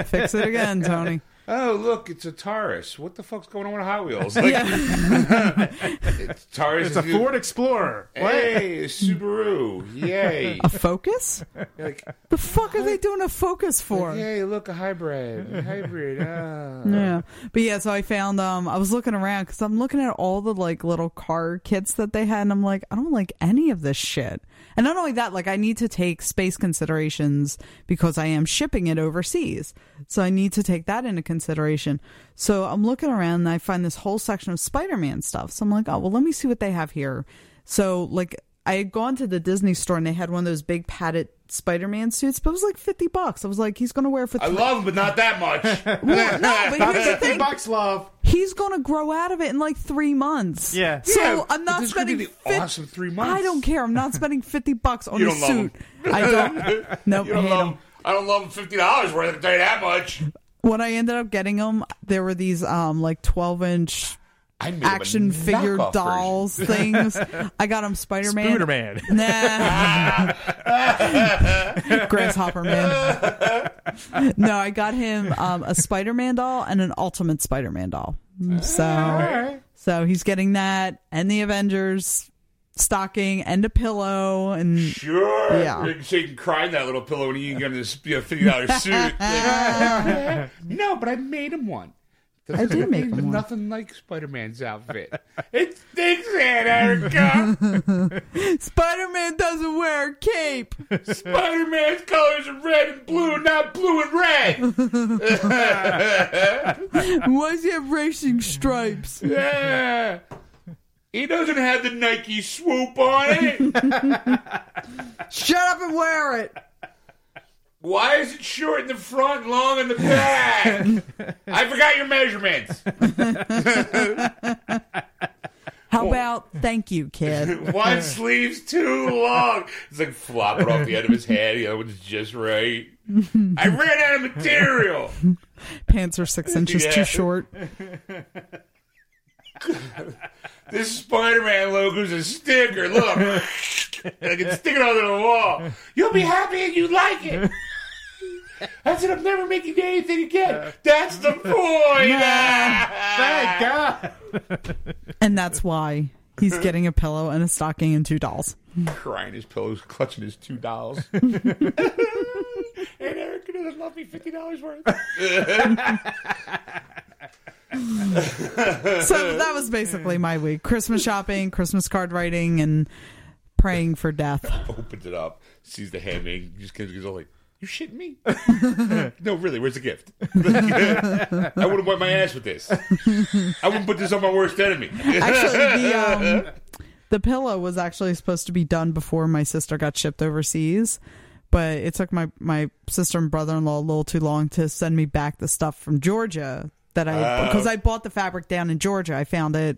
D: Fix it again, Tony.
C: oh, look, it's a Taurus. What the fuck's going on with Hot
D: *laughs*
C: Wheels? Like, it's Taurus.
B: It's a
C: is-
B: Ford Explorer.
C: Hey, a Subaru.
D: *laughs*
C: Yay.
D: A Focus?
C: Like,
D: The fuck are they doing a Focus for?
C: yay, look, a hybrid. A
D: *laughs*
C: hybrid. ah.
D: Yeah. But yeah, so I found um I was looking around cuz I'm looking at all the like little car kits that they had and I'm like I don't like any of this shit. And not only that, like I need to take space considerations because I am shipping it overseas. So I need to take that into consideration. So I'm looking around and I find this whole section of Spider-Man stuff. So I'm like, "Oh, well let me see what they have here." So like I had gone to the Disney store and they had one of those big padded Spider-Man suits, but it was like 50 bucks. I was like, "He's going to wear it for
C: I love him, but not that
D: *laughs*
C: much.
D: Well,
C: *laughs*
D: no, but here's the
B: Fifty
D: thing
B: bucks, love.
D: he's gonna grow out of it in like three months.
B: Yeah.
D: So
C: Yeah,
D: I'm
C: but
D: not
C: this is gonna
D: spending
C: be the awesome three months.
D: I don't care. I'm not spending fifty bucks on
C: You
D: a
C: don't love
D: suit.
C: *laughs*
D: I don't. No,
C: You don't
D: hate
C: love
D: him.
C: him. I don't love him fifty dollars worth. I can tell you that much.
D: When I ended up getting them, there were these um like twelve inch
C: I made him a
D: action figure
C: knockoff version. *laughs*
D: dolls things. I got him Spider Man.
B: Spooder Man. *laughs*
D: Nah. *laughs* Grasshopper man. No, I got him um, a Spider Man doll and an Ultimate Spider Man doll. So, so he's getting that and the Avengers stocking and a pillow and
C: Sure.
D: Yeah.
C: So you can cry in that little pillow *laughs* and you can get in this you know, fifty dollar suit. Like, no, but I made him one.
D: I did make him one.
C: nothing like Spider Man's outfit. *laughs* it stinks, Aunt *laughs* Erica.
D: Spider Man doesn't wear a cape.
C: Spider Man's colors are red and blue, not blue and *laughs* red.
D: Why does he have racing stripes?
C: Yeah. He doesn't have the Nike swoop on *laughs* it.
D: Shut up and wear it.
C: Why is it short in the front, and long in the back? I forgot your measurements.
D: How about thank you, kid?
C: One sleeve's too long. It's like flopping off the end of his head. The other one's just right. I ran out of material.
D: Pants are six inches
C: Yeah.
D: too short.
C: This Spider-Man logo's a sticker. Look, I can stick it onto the wall. You'll be happy and you like it. I said I'm never making anything again. That's the point.
B: Thank God.
D: And that's why he's getting a pillow and a stocking and two dolls.
C: Crying his pillows, *laughs* clutching his two dollars. and Erica doesn't love me fifty dollars worth.
D: So that was basically my week. Christmas shopping, Christmas card writing, and praying for death.
C: Opens it up, sees the handmaid, just kind of goes all like, "You shitting me? no, really. Where's the gift? *laughs* I wouldn't wipe my ass with this. I wouldn't put this on my worst enemy." *laughs*
D: Actually, the um, the pillow was actually supposed to be done before my sister got shipped overseas, but it took my my sister and brother in law a little too long to send me back the stuff from Georgia that I because I bought the fabric down in Georgia. I found it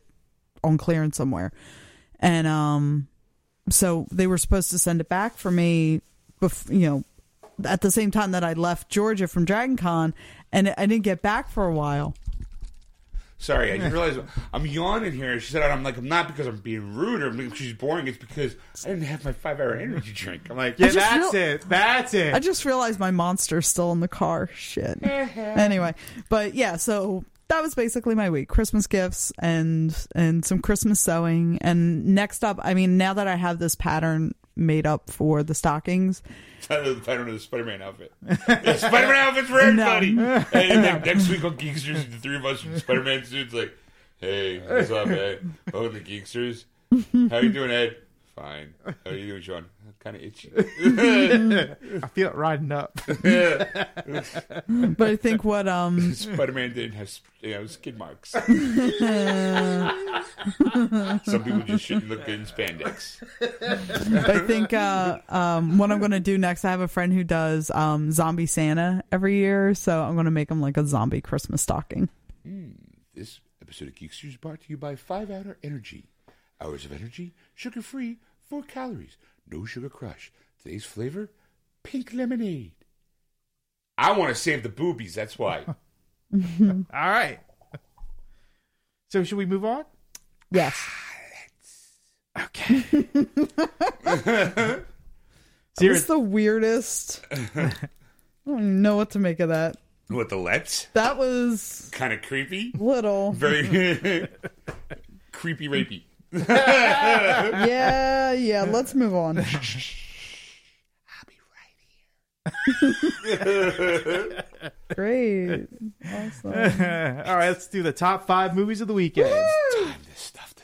D: on clearance somewhere, and um, so they were supposed to send it back for me, bef- you know. At the same time that I left Georgia from Dragon Con, and I didn't get back for a while.
C: Sorry, I didn't realize I'm yawning here. She said, "I'm like I'm not because I'm being rude or because she's boring. It's because I didn't have my five hour energy drink." I'm like,
B: Yeah,
D: just
B: that's
D: feel-
B: it. That's it.
D: I just realized my monster's still in the car. Shit. anyway, but yeah, so that was basically my week: Christmas gifts and and some Christmas sewing. And next up, I mean, now that I have this pattern made up for the stockings,
C: I don't know the Spider Man outfit. The Spider Man outfit's for everybody. And then next week on Geeksters, the three of us in Spider Man suits, like, hey, what's up, Ed? Welcome to Geeksters. How you doing, Ed? Fine. How you doing, Sean? Kind of itchy.
B: I feel it riding up. *laughs*
D: but I think what um *laughs*
C: Spider Man didn't have sp- you know, skid marks. Some people just shouldn't look good in spandex.
D: I think uh, um, what I'm going to do next, I have a friend who does um, zombie Santa every year, so I'm going to make him like a zombie Christmas stocking.
C: This episode of Geeksters is brought to you by 5 Hour Energy. Hours of energy, sugar free, 4 calories, no sugar crush. Today's flavor, pink lemonade. I want to save the boobies, that's why.
B: All right. So should we move on?
D: Yes.
B: Okay.
D: It's the weirdest. I don't even know what to make of that.
C: *laughs* what, the let's?
D: That was
C: Kind of creepy.
D: little.
C: Very *laughs* creepy, rapey.
D: Yeah, yeah. Let's move on. Great. Awesome.
B: All right, let's do the top five movies of the weekend.
C: Time to stuff the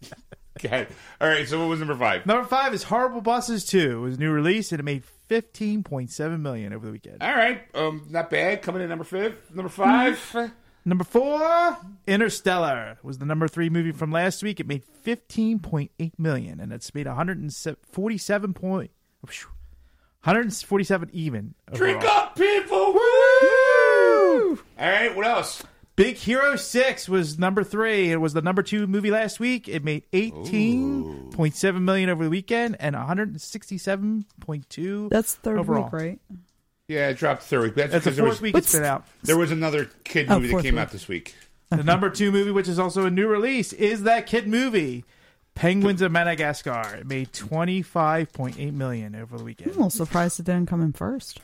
C: turkey. *laughs* God. All right, so what was number five?
B: Number five is Horrible Bosses 2. It was a new release and it made 15.7 million over the weekend.
C: All right, um, not bad. Coming in number five. Number five.
B: Number four, Interstellar was the number three movie from last week. It made 15.8 million and it's made 147 point, phew, 147 even.
C: Drink
B: overall.
C: up, people! Woo! All right, what else?
B: Big Hero 6 was number three. It was the number two movie last week. It made 18.7 million over the weekend and 167.2.
D: That's third
B: overall.
D: week, right?
C: Yeah, it dropped third week. That's,
B: That's the
C: because there
B: fourth
C: was,
B: week it's been out.
C: There was another kid
D: Oh,
C: movie that
D: fourth
C: came
D: week.
C: out this week.
D: *laughs*
B: The number two movie, which is also a new release, is that kid movie, Penguins of Madagascar. It made twenty five point eight million over the
D: I'm a
B: weekend.
D: little surprised it didn't come in first.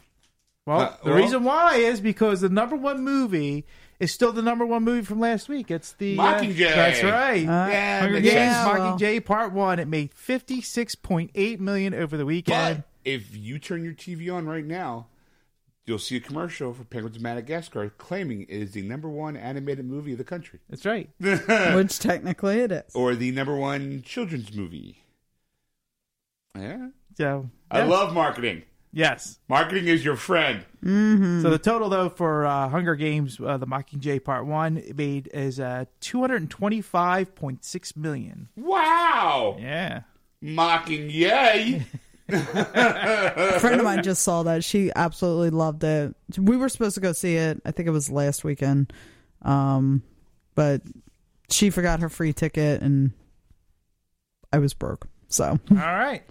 B: Well,
C: Uh,
B: the
C: well-
B: reason why is because the number one movie is still the number one movie from last week. It's the uh,
C: Mockingjay.
B: that's right.
D: Ah.
C: yeah,
B: Hunger
C: makes
B: Games
D: sense. Yeah, well.
B: Mockingjay Part One. It made fifty six point eight million over the
C: But
B: weekend.
C: if you turn your TV on right now, you'll see a commercial for Penguins of Madagascar claiming it is the number one animated movie of the country
B: That's right.
D: Which technically it is.
C: or the number one children's movie. Yeah.
B: So
C: I
B: yeah.
C: love marketing.
B: yes.
C: Marketing is your friend.
B: So the total though for uh, Hunger Games: uh, The Mockingjay Part One made is uh, two hundred twenty-five point six million.
C: Wow.
B: Yeah.
C: Mocking yay.
D: A friend of mine just saw that. She absolutely loved it. We were supposed to go see it. I think it was last weekend. Um, but she forgot her free ticket and I was broke. So
B: *laughs* All right.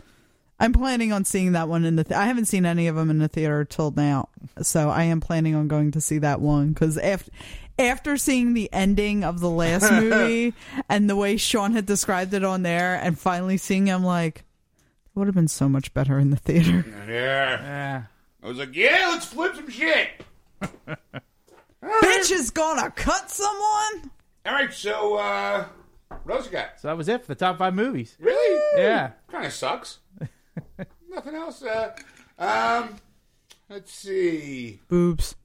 D: I'm planning on seeing that one in the. Th- I haven't seen any of them in the theater till now, so I am planning on going to see that one because after after seeing the ending of the last movie and the way Sean had described it on there, and finally seeing him like, it would have been so much better in the theater.
C: Yeah.
B: Yeah.
C: I was like, yeah, let's flip some shit.
D: Bitch is gonna cut someone.
C: All right, so uh, what else you got?
B: So that was it for the top five movies.
C: Really?
B: Yeah.
C: Kind of sucks. *laughs* Nothing else. Uh, um, let's see.
D: Boobs.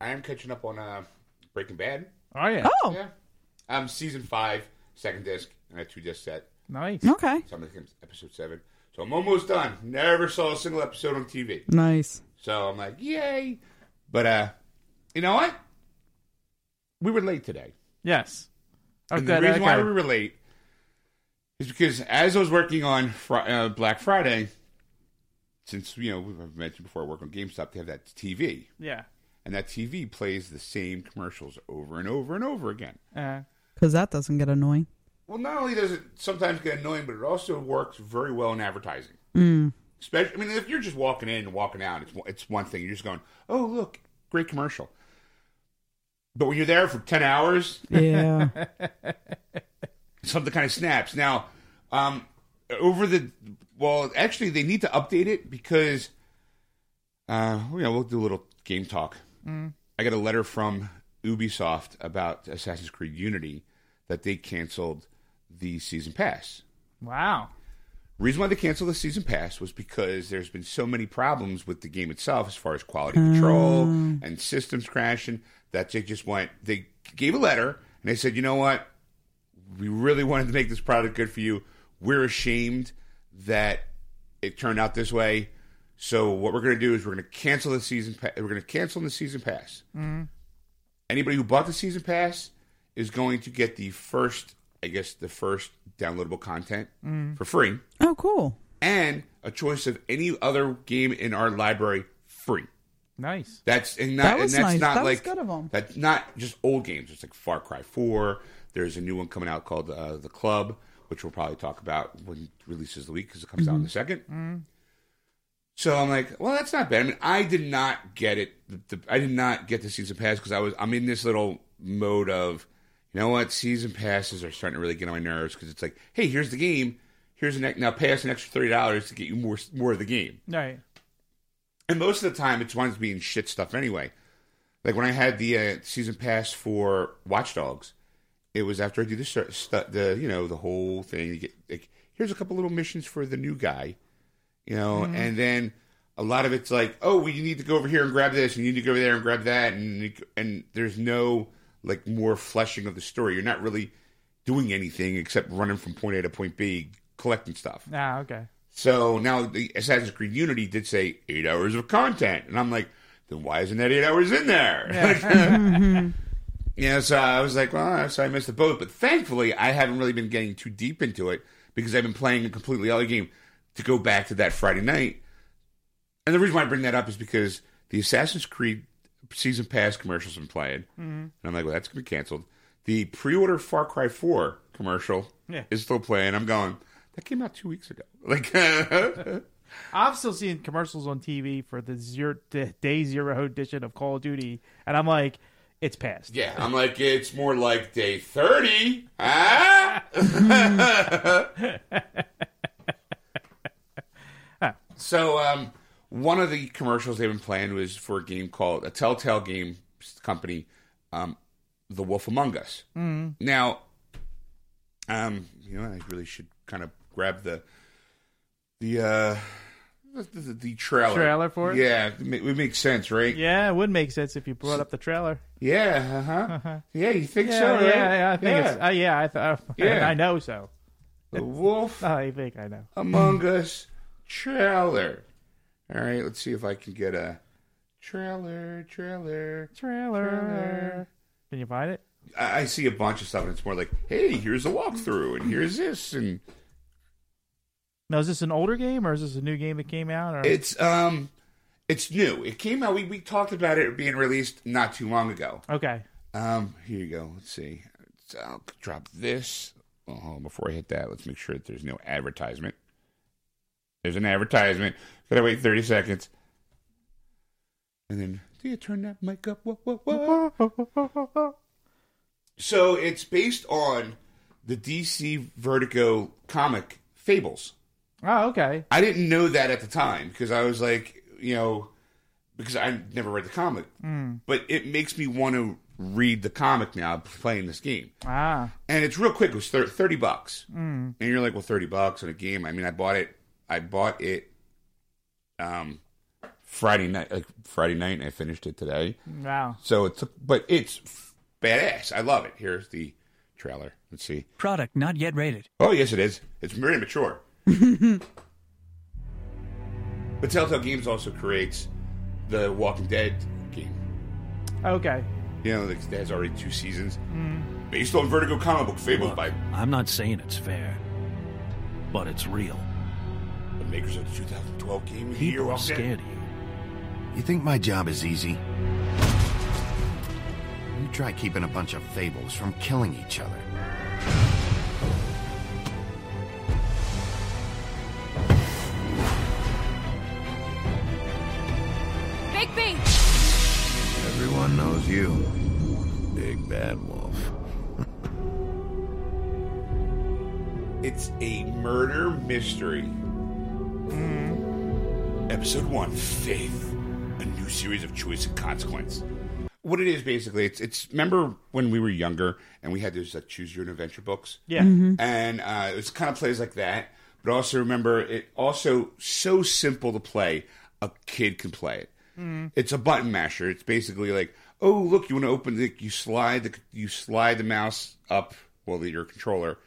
C: I am catching up on uh, Breaking Bad.
B: Oh yeah.
D: Oh,
C: Yeah. Um, season five, second disc, and a two disc set.
B: Nice.
D: okay,
C: So I'm like episode seven. So I'm almost done. Never saw a single episode on TV.
D: nice.
C: So I'm like, yay. But uh, you know what? We were late today.
B: Yes. Oh,
C: And
B: good.
C: the reason why
B: okay.
C: we were late is because as I was working on Fri uh, Black Friday, since you know we've I've mentioned before, I work on GameStop. They have that TV,
B: yeah.
C: and that TV plays the same commercials over and over and over again.
B: Uh,
D: Because that doesn't get annoying.
C: Well, not only does it sometimes get annoying, but it also works very well in advertising.
B: Hmm.
C: Especially, I mean, if you're just walking in and walking out, it's one- it's one thing. You're just going, "Oh, look, great commercial." But when you're there for ten hours,
D: Yeah,
C: something kind of snaps. Now, um, over the well, actually, they need to update it because, uh, you know, we'll do a little game talk. I got a letter from Ubisoft about Assassin's Creed Unity that they canceled the season pass.
B: wow.
C: Reason why they canceled the season pass was because there's been so many problems with the game itself, as far as quality control and systems crashing, that they just went. They gave a letter and they said, "You know what? We really wanted to make this product good for you. We're ashamed that it turned out this way. So what we're going to do is we're going to cancel the season. Pa- we're going to cancel the season pass. Anybody who bought the season pass is going to get the first, I guess, the first downloadable content for free."
D: *laughs* oh, cool.
C: and a choice of any other game in our library free.
B: Nice.
C: That's and not
D: That was
C: and that's
D: nice.
C: not
D: That was
C: like
D: good of 'em.
C: that's not just old games. It's like Far Cry Four. There's a new one coming out called uh, The Club, which we'll probably talk about when it releases the week because it comes
D: Mm-hmm.
C: out in the 2nd So I'm like, well, that's not bad. I mean, I did not get it. The, I did not get the season pass because I was I'm in this little mode of, you know what, season passes are starting to really get on my nerves because it's like, hey, here's the game. Here's an ex- now pay us an extra thirty dollars to get you more more of the game.
B: All right.
C: And most of the time, it winds up being shit stuff anyway. Like when I had the uh, season pass for Watch Dogs, it was after I do the stu- stu- the you know the whole thing. You get like here's a couple little missions for the new guy, you know, and then a lot of it's like oh we need to go over here and grab this, and you need to go over there and grab that, and you- and there's no like more fleshing of the story. You're not really doing anything except running from point A to point B, collecting stuff.
B: Ah, okay.
C: So now the Assassin's Creed Unity did say eight hours of content, and I'm like, then why isn't that eight hours in there? *laughs* Yeah. so I was like, well, so I missed the boat, but thankfully I haven't really been getting too deep into it because I've been playing a completely other game. To go back to that Friday night, and the reason why I bring that up is because the Assassin's Creed season pass commercials been playing, and I'm like, well, that's gonna be canceled. The pre-order Far Cry 4 commercial
B: Yeah.
C: is still playing. I'm going. That came out two weeks ago. Like, *laughs*
B: I've still seen commercials on TV for the zero the day zero edition of Call of Duty, and I'm like, it's past.
C: yeah, I'm like, it's more like day thirty. Huh? *laughs* so, um, one of the commercials they've been playing was for a game called a Telltale game company, um, The Wolf Among Us. Mm.
B: Mm-hmm.
C: Now, um, you know, I really should kind of grab the the uh, the, the, the trailer.
B: Trailer for it?
C: Yeah, it ma- it makes sense, right? Yeah,
B: Yeah, it would make sense if you brought up the trailer.
C: uh-huh. Yeah, you think
B: Yeah,
C: so, right?
B: yeah, yeah, I think
C: Yeah.
B: it's. Uh, yeah, *laughs* I, th-
C: Yeah.
B: I know so.
C: The Wolf
B: I think I know.
C: Among Us trailer. All right, let's see if I can get a trailer, trailer.
B: Trailer. Can you find it?
C: I, I see a bunch of stuff, and it's more like, hey, here's a walkthrough, and here's this, and
B: Now, is this an older game or is this a new game that came out? Or
C: it's um, it's new. It came out. We we talked about it being released not too long ago. *laughs*
B: okay,
C: Um, here you go. Let's see. So I'll drop this. Oh, hold on, before I hit that, let's make sure that there's no advertisement. There's an advertisement. Gotta wait 30 seconds. And then, do you turn that mic up? Whoa, whoa, whoa.
B: Oh,
C: so it's based on the DC Vertigo comic Fables.
B: oh okay,
C: I didn't know that at the time because I was like, you know, because I never read the comic. But it makes me want to read the comic now playing this game.
B: ah,
C: And it's real quick. It was thir- 30 bucks. Mm. And you're like, well, 30 bucks on a game. I mean, I bought it. I bought it um Friday night, like Friday night, and I finished it today.
B: wow,
C: So it's, but it's f- badass. I love it. Here's the trailer. Let's see.
E: Product not yet rated.
C: Oh, yes, it is. It's very mature. but Telltale Games also creates the Walking Dead game.
B: okay,
C: You know, that has already two seasons. Based on Vertigo comic book fables
E: Look,
C: by
E: I'm not saying it's fair, but it's real.
C: the makers of the 2012 game of the Year
E: People are
C: Walking Dead.
E: scared of you.
A: You think my job is easy? You try keeping a bunch of fables from killing each other.
F: Big B!
A: Everyone knows you. Big Bad Wolf.
C: It's a murder mystery.
E: Mm-hmm.
C: Episode 1 Faith, a new series of choice and consequence. What it is basically, it's, it's remember when we were younger and we had those like choose your own adventure books?
B: yeah,
C: and uh, it was kind of plays like that. But also remember, it also so simple to play. A kid can play it. It's a button masher. It's basically like, oh look, you want to open the you slide the you slide the mouse up, well the, your controller,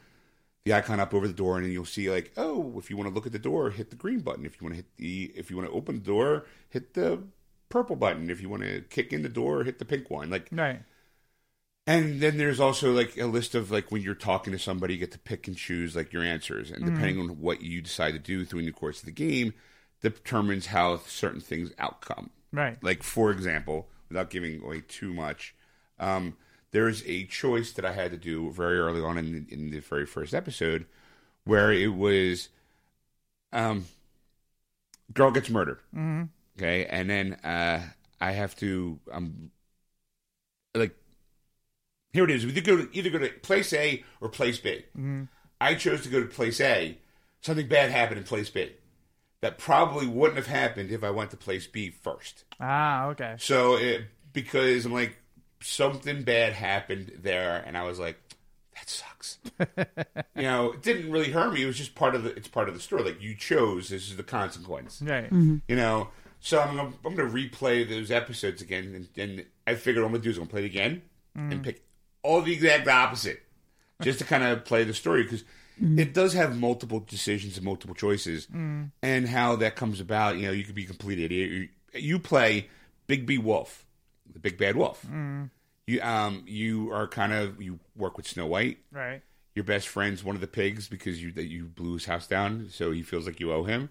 C: the icon up over the door, and then you'll see like, oh, if you want to look at the door, hit the green button. If you want to hit the if you want to open the door, hit the purple button. If you want to kick in the door, hit the pink one. Like
B: right,
C: and then there's also like a list of like when you're talking to somebody, you get to pick and choose like your answers, and depending on what you decide to do through the course of the game, determines how certain things outcome.
B: right,
C: Like for example, without giving away too much, um, there is a choice that I had to do very early on in, in the very first episode, where it was, um, girl gets murdered, mm-hmm. okay, and then uh, I have to um, like here it is. We go to either go to place A or place B. I chose to go to place A. Something bad happened in place B that probably wouldn't have happened if I went to place B first.
B: ah, okay,
C: So it, because I'm like something bad happened there, and I was like, that sucks. you know, it didn't really hurt me. It was just part of the. It's part of the story. Like you chose. This is the consequence.
B: right,
C: You know. So I'm gonna, I'm gonna replay those episodes again, and, and I figured what I'm gonna do is I'm gonna play it again and pick all the exact opposite, just to kind of play the story because it does have multiple decisions and multiple choices, and how that comes about. You know, you could be a complete idiot. You, you play Big B Wolf, the Big Bad Wolf. You um you are kind of you work with Snow White
B: right,
C: your best friend's one of the pigs because you that you blew his house down, so he feels like you owe
B: *laughs*
C: him.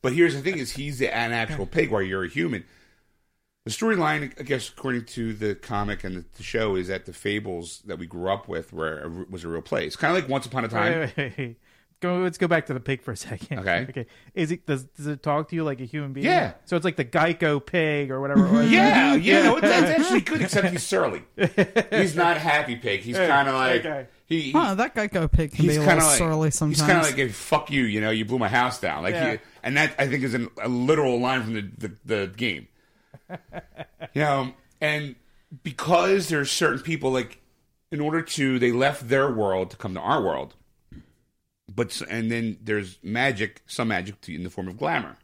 C: But here's the thing: is he's an actual pig while you're a human. The storyline, I guess, according to the comic and the, the show, is that the fables that we grew up with were a, was a real place, kind of like Once Upon a Time.
B: Wait, wait, wait, wait. Go, let's go back to the pig for a second.
C: Okay.
B: *laughs* Okay. Is it does does it talk to you like a human being?
C: Yeah.
B: So it's like the Geico pig or whatever. it
C: *laughs*
B: was. *laughs*
C: Yeah, yeah, no, that's actually good. Except he's surly. He's not a happy pig. He's kind of like
B: okay.
C: he. he-
D: Huh, that Geico pig can be
C: He's
D: a
C: kind of
D: little
C: like
D: surly sometimes.
C: He's kind of like, hey, "Fuck you," you know. You blew my house down, like,
B: Yeah.
C: he, and that I think is an, a literal line from the the, the
D: *laughs*
C: game. you know, and because there's certain people, like, in order to they left their world to come to our world, but s- and then there's magic, some magic to- in the form of glamour.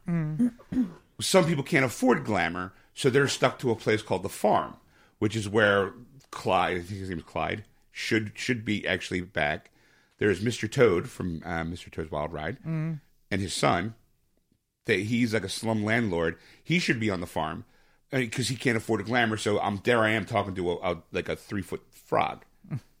C: Some people can't afford glamour, so they're stuck to a place called the farm, which is where Clyde, I think his name is Clyde, should should be actually back. There's Mr. Toad from uh, Mr. Toad's Wild Ride, and his son. That he's like a slum landlord. He should be on the farm because he can't afford a glamour. So I'm there. I am talking to a, a like a three foot frog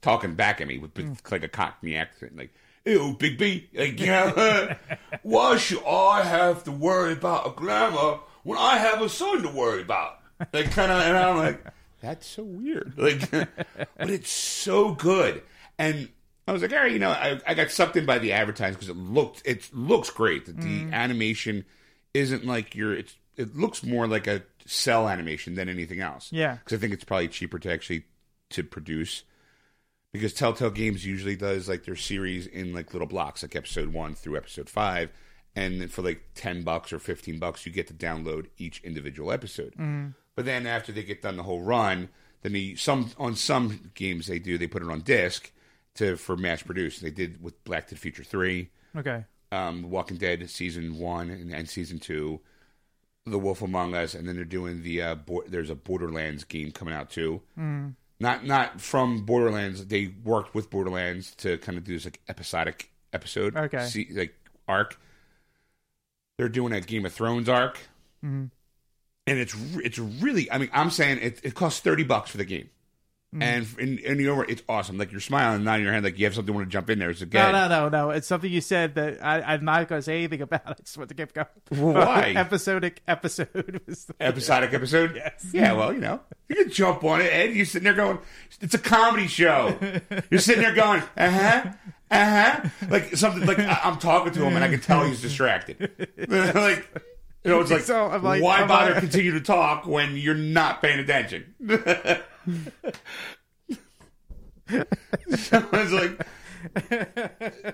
C: talking back at me with, with like a Cockney accent, like "Ew, Big B, like, you know, *laughs* why should I have to worry about a glamour when I have a son to worry about?" Like kind of, and I'm like, "That's so weird." Like, *laughs* but it's so good, and I was like, "All right, you know, I, I got sucked in by the advertising because it looked, it looks great. That the animation isn't like your, it's, it looks more like a cell animation than anything else.
B: Yeah.
C: because I think it's probably cheaper to actually to produce." because Telltale Games usually does like their series in like little blocks, like episode one through episode five, and then for like ten bucks or fifteen bucks, you get to download each individual episode. But then after they get done the whole run, then they some on some games they do they put it on disc to for mass produce. They did with Black to the Future three,
B: Okay.
C: um, Walking Dead season one and, and season two, The Wolf Among Us, and then they're doing the uh, bo- there's a Borderlands game coming out too. Not not from Borderlands. They worked with Borderlands to kind of do this like episodic episode,
B: Okay.
C: se- like arc. They're doing a Game of Thrones arc, and it's re- it's really. I mean, I'm saying it, it costs thirty bucks for the game. And, and and you know what? It's awesome. Like you're smiling, and nodding your head, like you have something you want to jump in there. It's a
B: No,
C: game.
B: no, no, no. It's something you said that I, I'm not going to say anything about. *laughs* I just want to keep going. *laughs*
C: Well, why?
B: Episodic episode *laughs* was the-
C: *laughs* episodic episode. Yes. Yeah, well, you know, you can jump on it, Ed. You're sitting there going, it's a comedy show. You're sitting there going, uh huh, uh huh, like something like I- I'm talking to him and I can tell he's distracted. *laughs* like, you know, it's like,
B: So, I'm like,
C: why
B: I'm
C: bother
B: like-
C: continue to talk when you're not paying
B: *laughs*
C: attention? *laughs* so it's like.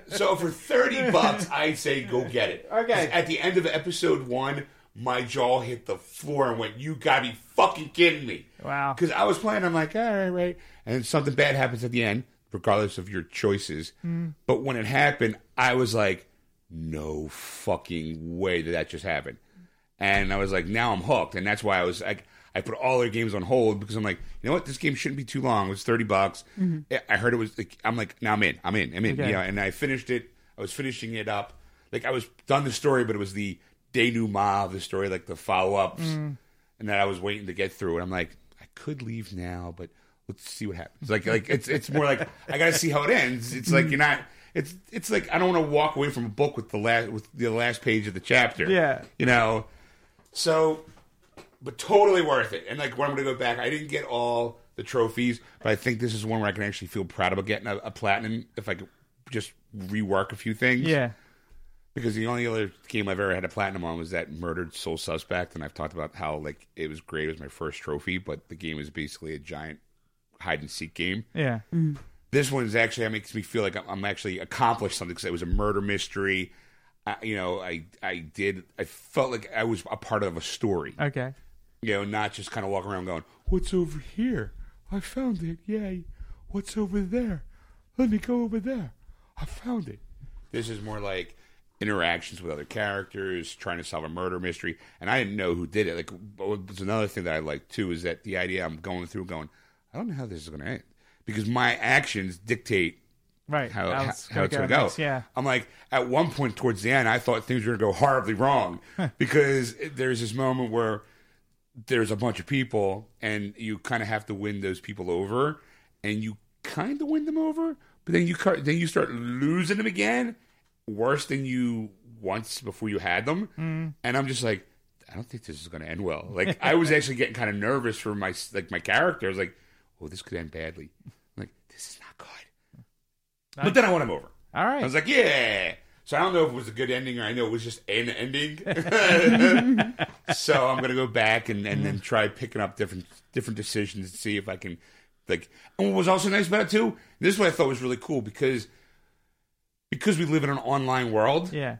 C: So for thirty bucks, I say go get it.
B: Okay.
C: At the end of episode one, my jaw hit the floor and went, "You gotta be fucking kidding me!"
B: Wow.
C: Because I was playing, I'm like, "All right, right," and then something bad happens at the end, regardless of your choices. But when it happened, I was like, "No fucking way that that just happened." And I was like, "Now I'm hooked," and that's why I was like. I put all their games on hold because I'm like, you know what, this game shouldn't be too long. It was thirty bucks. I- I heard it was like, I'm like, now I'm in, I'm in, I'm in.
B: Okay.
C: Yeah, and I finished it. I was finishing it up. Like I was done the story, but it was the denouement of the story, like the follow ups, and that I was waiting to get through. And I'm like, I could leave now, but let's see what happens. Like, like it's it's more like I gotta see how it ends. It's like you're not. It's it's like I don't want to walk away from a book with the last with the last page of the chapter.
B: Yeah.
C: you know. So, but totally worth it. And like when I'm gonna go back, I didn't get all the trophies, but I think this is one where I can actually feel proud about getting a, a platinum if I could just rework a few things.
B: yeah.
C: Because the only other game I've ever had a platinum on was that Murdered Soul Suspect, and I've talked about how like it was great. It was my first trophy, but the game is basically a giant hide and seek game.
B: Yeah.
C: This one's actually it makes me feel like I'm, I'm actually accomplished something because it was a murder mystery. I, you know, I I did. I felt like I was a part of a story
B: Okay.
C: you know, not just kind of walking around going, "What's over here? I found it! Yay! What's over there? Let me go over there! I found it!" This is more like interactions with other characters, trying to solve a murder mystery, and I didn't know who did it. Like, what was another thing that I liked too is that the idea I'm going through, going, "I don't know how this is going to end," because my actions dictate
B: Right.
C: how,
B: I
C: how,
B: was
C: how it's going to
B: go
C: go.
B: next, Yeah.
C: I'm like, at one point towards the end, I thought things were going to go horribly
B: *laughs*
C: wrong because there's this moment where there's a bunch of people and you kind of have to win those people over and you kind of win them over, but then you, car- then you start losing them again worse than you once before you had them.
B: Mm.
C: And I'm just like, I don't think this is going to end well. Like I was actually getting kind of nervous for my, like my character. I was like, oh, this could end badly. I'm like, this is not good. But then I won him over.
B: All right.
C: I *laughs* was like, yeah. So I don't know if it was a good ending or I know it was just an
B: *laughs*
C: ending. so I'm gonna go back and, and then try picking up different different decisions and see if I can like and what was also nice about it too, this is what I thought was really cool because because we live in an online world,
B: yeah.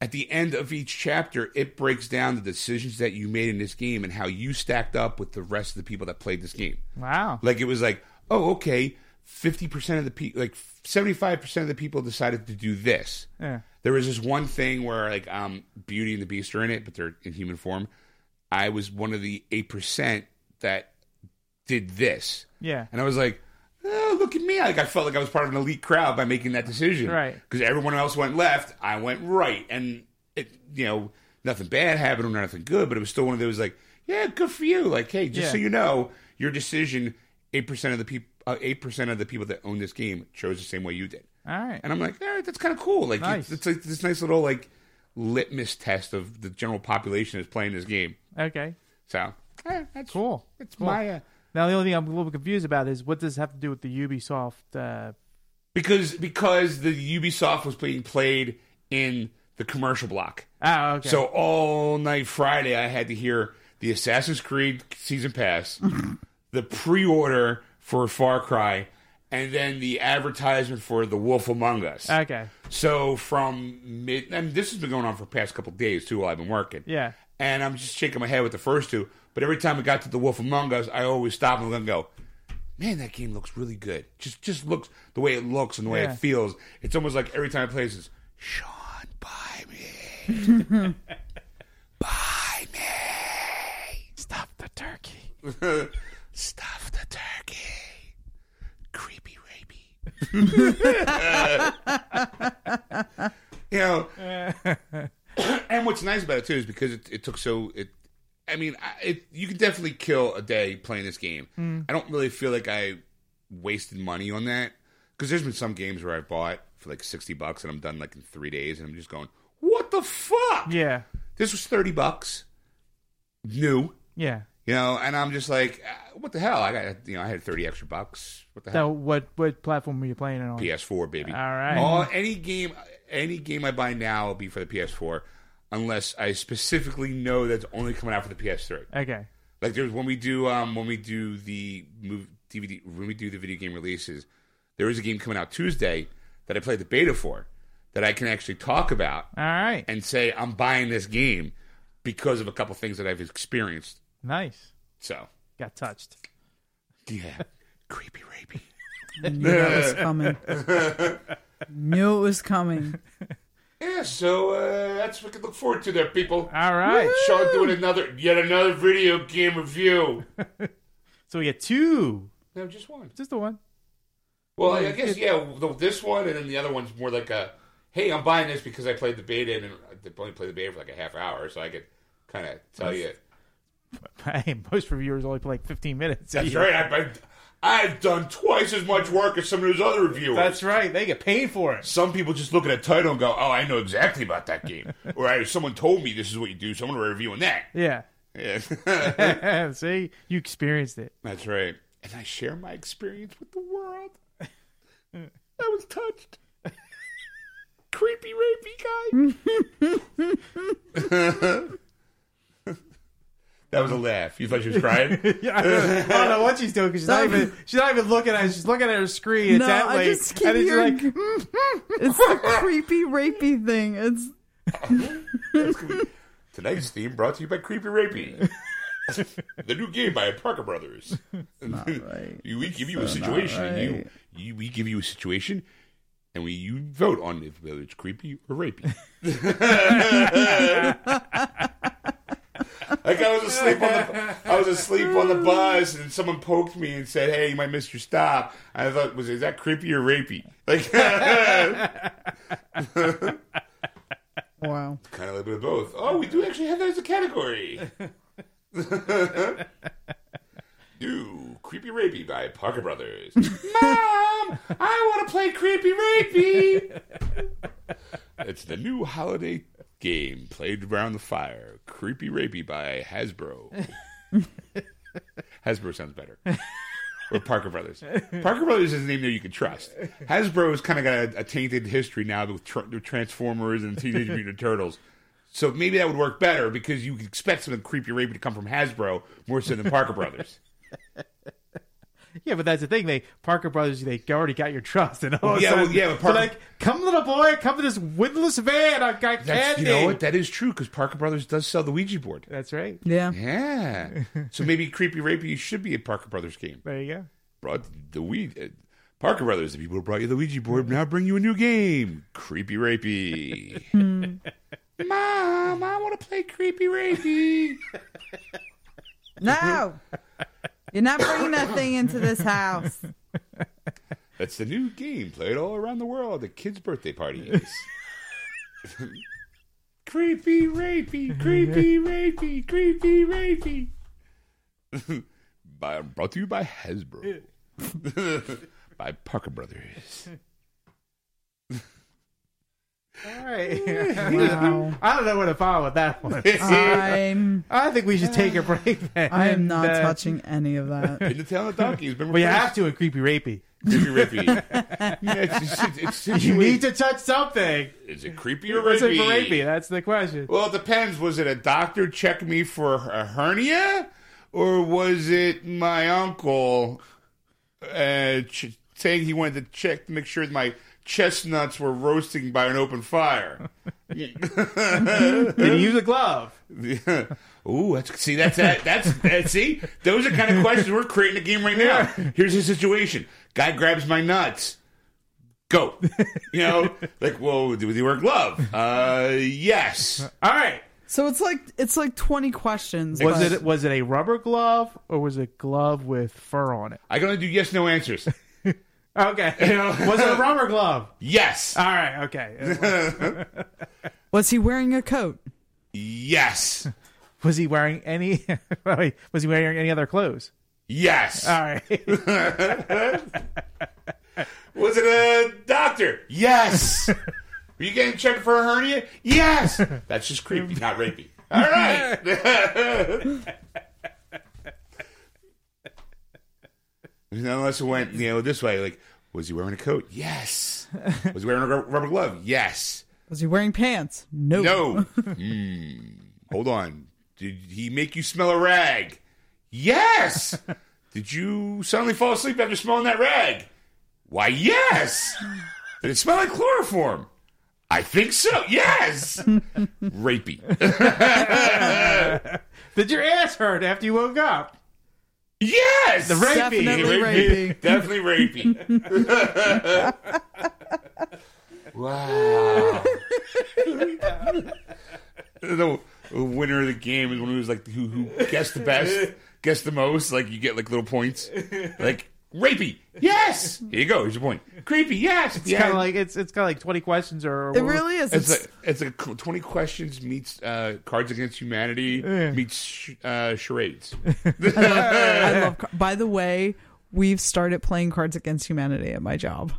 C: at the end of each chapter, it breaks down the decisions that you made in this game and how you stacked up with the rest of the people that played this game.
B: Wow.
C: Like it was like, oh, okay, fifty percent of the people, like seventy five percent of the people decided to do this.
B: Yeah.
C: There was this one thing where like um Beauty and the Beast are in it, but they're in human form. I was one of the eight percent that did this,
B: Yeah.
C: and I was like. Oh, look at me! Like I felt like I was part of an elite crowd by making that decision,
B: Right.
C: Because everyone else went left, I went right, and it, you know, nothing bad happened or nothing good, but it was still one of those like, yeah, good for you. Like, hey, just
B: Yeah.
C: so you know, your decision, eight percent of the people, eight percent of the people that own this game chose the same way you did.
B: All right.
C: And I'm like, all right, that's kind of cool. Like,
B: Nice.
C: it's, it's like this nice little like litmus test of the general population is playing this game.
B: Okay.
C: So, eh, that's
B: Cool.
C: It's
B: Cool.
C: my uh,
B: Now the only thing I'm a little bit confused about is what does this have to do with the Ubisoft? Uh,
C: because because the Ubisoft was being played in the commercial block.
B: oh, okay.
C: So all night Friday, I had to hear the Assassin's Creed season
B: *laughs*
C: pass, the pre-order for Far Cry, and then the advertisement for The Wolf Among Us.
B: okay.
C: So from mid, I mean, this has been going on for the past couple of days too while I've been working.
B: Yeah.
C: And I'm just shaking my head with the first two, but every time it got to The Wolf Among Us, I always stop and go, "Man, that game looks really good. Just just looks the way it looks and the way
B: Yeah.
C: it feels. It's almost like every time I play this, Sean, buy me,
B: *laughs*
C: buy me,
B: Stop the turkey.
C: stuff the turkey, creepy rapey." you know. and what's nice about it too is because it, it took so it. I mean, I, it you can definitely kill a day playing this game. I don't really feel like I wasted money on that because there's been some games where I bought for like sixty bucks and I'm done like in three days and I'm just going, what the fuck?
B: Yeah.
C: This was thirty bucks, new.
B: Yeah.
C: You know, and I'm just like, uh, what the hell? I got you know, I had thirty extra bucks. What the hell?
B: So what what platform were you playing it on?
C: PS4, baby.
B: All right.
C: All, any game, any game I buy now will be for the PS4, unless I specifically know that's only coming out for the PS3.
B: Okay.
C: Like there's when we do um when we do the move DVD when we do the video game releases, there is a game coming out Tuesday that I played the beta for that I can actually talk about
B: All right.
C: and say I'm buying this game because of a couple things that I've experienced.
B: Nice.
C: So
B: Got touched.
C: yeah, *laughs* creepy rapey.
D: Knew that was coming. Knew it was coming.
C: Yeah, so uh, that's what we can look forward to there, people.
B: All right.
C: Sean doing another, yet another video game
B: *laughs*
C: review.
B: So we get two.
C: no, just one.
B: Just the one. *laughs*
C: Well, I guess yeah, the, this one and then the other one's more like a, hey, I'm buying this because I played the beta and I only played the beta for like a half hour, so I could kind of tell you.
B: Hey, most reviewers only play like 15 minutes. *laughs*
C: That's right. I've, I've, I've done twice as much work as some of those other reviewers.
B: That's right. They get paid for it.
C: some people just look at a title and go, "Oh, I know exactly about that game," *laughs* or "I someone told me this is what you do, so I'm going to reviewing that."
B: Yeah.
C: *laughs*
B: *laughs*
C: Yeah.
B: See, you experienced it.
C: That's right. And I share my experience with the world. I was touched. Creepy, rapey guy. *laughs* that was a laugh. You thought she was *laughs* crying?
B: Yeah, I don't, I don't know what she's doing because she's not even she's not even looking at it. She's looking at her screen
D: No, I
B: intently,
D: just keep
B: and it's
D: hearing-
B: like
D: *laughs* It's the creepy, rapey thing. It's
C: That's gonna be- Tonight's theme brought to you by Creepy Rapey. the new game by Parker Brothers. *laughs* You- we give you a situation. and You, you, we give you a situation, and we you vote on if whether it's creepy or rapey. like I was asleep on the I was asleep on the bus, and someone poked me and said, "Hey, you might miss your stop." I thought, "Was is that creepy or rapey?" Like *laughs* kind
D: wow.
C: of a little bit of both. Oh, we do actually have that as a category. New Creepy Rapey by Parker Brothers. Mom, I want to play Creepy Rapey. it's the new holiday game played around the fire. Creepy Rapey by Hasbro. Hasbro sounds better. Or Parker Brothers. Parker Brothers is a name that you can trust. Hasbro's kind of got a, a tainted history now with, tr- with Transformers and Teenage *laughs* Mutant Turtles. So maybe that would work better because you could expect something creepy rapey to come from Hasbro more so than Parker Brothers.
B: yeah, but that's the thing. They Parker Brothers, they already got your trust, and all of a
C: Yeah, well,
B: sudden,
C: yeah, but Parker-
B: they're like, come little boy, come to this windless van. I've
C: *laughs*
B: got
C: That's,
B: candy.
C: you know what? That is true because Parker Brothers does sell the Ouija board.
B: That's right.
C: *laughs*
D: Yeah.
C: Yeah. so maybe creepy rapey should be a Parker Brothers game.
B: There you go.
C: Brought the we- uh, Parker Brothers, the people who brought you the Ouija board, now bring you a new game, Creepy Rapey.
B: Hmm.
C: *laughs* Mom, I want to play Creepy Rapey.
D: No, you're not bringing that thing into this house.
C: That's the new game played all around the world at kids' birthday parties. *laughs* creepy rapey, creepy rapey, creepy rapey. *laughs* by, brought to you by Hasbro, *laughs* by Parker Brothers.
B: All right. *laughs* I don't know what to follow with that one.
D: I'm
B: I think we should take a break. Then.
D: I am not
B: And, uh,
D: touching any of that.
C: In the town of donkeys, remember
B: Well, you have to in creepy rapey.
C: *laughs* creepy rapey. Yeah, it's, it's, it's, *laughs*
B: You
C: situa-
B: need to touch something.
C: Is it creepy or
B: What's it
C: rapey?
B: for rapey? That's the question.
C: Well, it depends. Was it a doctor checked me for a hernia, or was it my uncle uh, ch- saying he wanted to check to make sure that my chestnuts were roasting by an open fire?
B: Did he use a glove?
C: *laughs* Ooh, that's see that's that that's that see those are kind of questions we're creating a game right now. Here's the situation: guy grabs my nuts. Go, you know, like, well, do you wear a glove? Uh, yes.
B: All right.
D: So it's like it's like twenty questions.
B: Was
D: but-
B: it was it a rubber glove or was it a glove with fur on it?
C: I'm gonna do yes, no answers.
B: Okay. *laughs* was it a
C: *laughs*
B: rubber glove?
C: Yes.
B: All
C: *laughs*
B: right. Okay.
D: Was he wearing a coat?
C: Yes.
B: Was he wearing any? *laughs* wait, was he wearing any other clothes?
C: Yes.
B: All right.
C: Was it a doctor? Yes. Were *laughs* you getting checked for a hernia? Yes. That's just creepy, not rapey. All right. *laughs* Unless it went, you know, this way. Like, was he wearing a coat? Yes. Was he wearing a rub- rubber glove? Yes.
D: Was he wearing pants? No.
C: No. Hmm. Hold on. Did he make you smell a rag? Yes. Did you suddenly fall asleep after smelling that rag? Why, yes. Did it smell like chloroform? I think so. Yes. Rapey.
B: *laughs* Did your ass hurt after you woke up?
C: Yes. The
B: rapey.
D: Definitely
C: Rapey. Definitely
D: rapey.
C: *laughs* rapey. wow. *laughs* the winner of the game is one who's like who, who guessed the best, guessed the most. Like you get like little points. Like rapey. Yes. Here you go. Here's your point. Creepy. Yes.
B: It's kind of like it's it's kind of like twenty questions or.
D: It really is.
C: It's
D: It's,
C: like it's like cl- twenty questions meets uh, Cards Against Humanity meets sh- uh, charades. *laughs*
D: I love. car- By the way, we've started playing Cards Against Humanity at my job,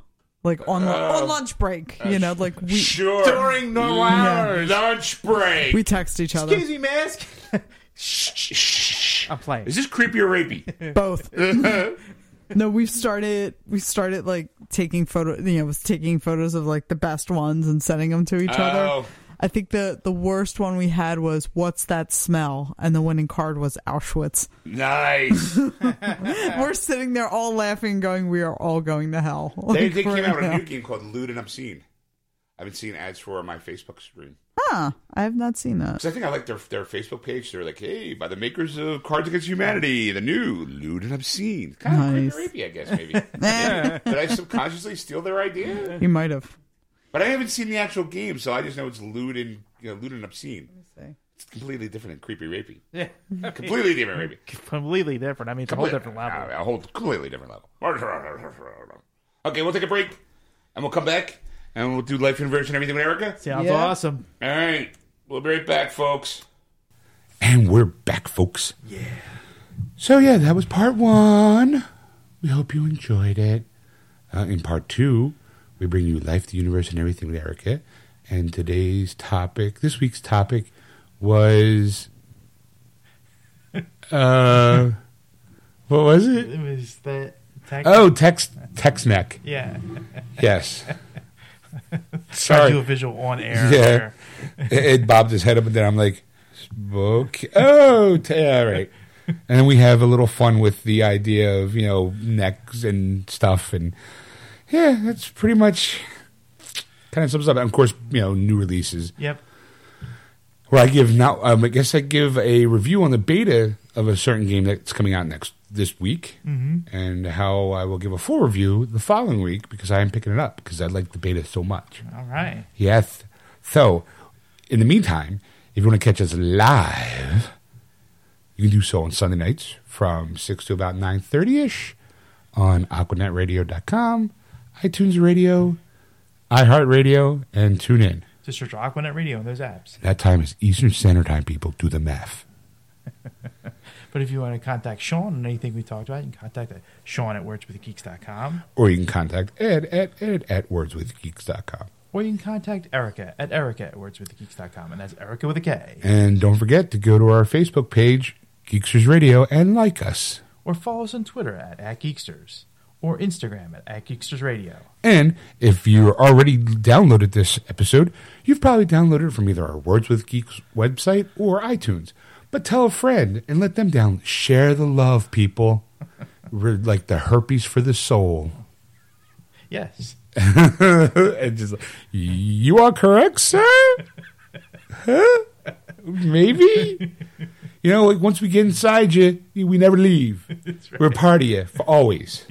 D: like on on lunch break. You know, like we
C: Oh. Sure.
B: during normal hours.
C: Lunch break.
D: we text each other
B: Excuse me, mask.
C: Shh, shh, shh.
B: I'm playing.
C: Is this creepy or *laughs* rapey?
D: both. no, we've started. We started like taking photo. You know, was taking photos of like the best ones and sending them to each
C: Oh.
D: other. I think the the worst one we had was what's that smell, and the winning card was Auschwitz.
C: nice.
D: We're sitting there all laughing, going, "We are all going to hell."
C: *laughs* They,
D: Like,
C: they came
D: right
C: out with a
D: now.
C: new game called Lewd and Obscene. I've been seeing ads for it on my Facebook stream.
D: Huh? I have not seen that.
C: Because I think I like their their Facebook page. They're like, hey, by the makers of Cards Against Humanity, the new Lewd and Obscene. Kind of
D: Nice.
C: creepy, rapey, I guess, maybe.
D: Eh,
C: Did I subconsciously steal their idea?
D: you might have.
C: But I haven't seen the actual game, so I just know it's lewd and you know, lewd and obscene.
D: see.
C: It's completely different than creepy rapey.
B: Yeah.
C: Completely different rapey.
B: Completely different. I mean, it's a whole different level.
C: Uh, A whole completely different level. Okay, we'll take a break, and we'll come back, and we'll do life inversion and everything with Erica.
B: Sounds
D: Yeah.
B: awesome.
C: All right, we'll be right back, folks.
G: And we're back, folks. Yeah. So, yeah, that was part one. We hope you enjoyed it. Uh, in part two, we bring you Life, the Universe, and Everything with Erica. And today's topic, this week's topic was. *laughs* Uh, what was it?
B: It was that.
G: Oh, Tex Tex Mex.
B: yeah.
G: Yes.
B: Try
G: Sorry.
B: to do a visual on air.
G: Yeah.
B: there.
G: it, it bobbed his head up and down. I'm like, okay, oh, t- all right. And then we have a little fun with the idea of you know necks and stuff, and yeah, that's pretty much kind of sums up. And of course, you know, new releases
B: Yep.
G: where I give now. Um, I guess I give a review on the beta of a certain game that's coming out next this week, and how I will give a full review the following week because I am picking it up because I like the beta so much.
B: All right.
G: Yes. So, in the meantime, if you want to catch us live, you can do so on Sunday nights from 6 to about 9.30ish on aquanetradio.com, iTunes Radio, iHeartRadio, and TuneIn.
B: Just search Aquanet Radio and those apps.
G: That time is Eastern Standard Time, people. Do the math.
B: But if you want to contact Sean on anything we talked about, you can contact at Sean at wordswithgeeks.com
G: Or you can contact Ed at ed at wordswithgeeks.com.
B: or you can contact Erica at Erica at wordswithgeeks.com. And that's Erica with a K.
G: And don't forget to go to our Facebook page, Geeksters Radio, and like us.
B: Or follow us on Twitter at, at Geeksters or Instagram at, at Geeksters Radio.
G: And if you already downloaded this episode, you've probably downloaded it from either our Words with Geeks website or iTunes. But tell a friend and let them down. Share the love, people. We're like the herpes for the soul.
B: Yes.
G: *laughs* and just like, you are correct, sir. Huh? Maybe. You know, like once we get inside you, we never leave. We're part of you for always.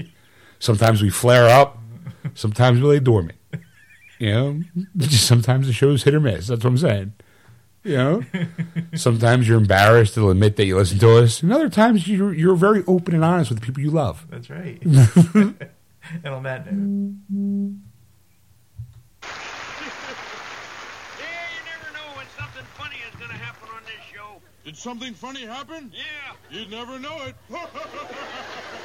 G: Sometimes we flare up. Sometimes we lay dormant. You know, *laughs* just sometimes the show's hit or miss. That's what I'm saying. You know, sometimes you're embarrassed to admit that you listen to us, and other times you're you're very open and honest with the people you love.
B: That's right. *laughs* and on that note.
H: Yeah, you never know when something funny is gonna happen on this show.
I: Did something funny happen?
H: Yeah.
I: You'd never know it.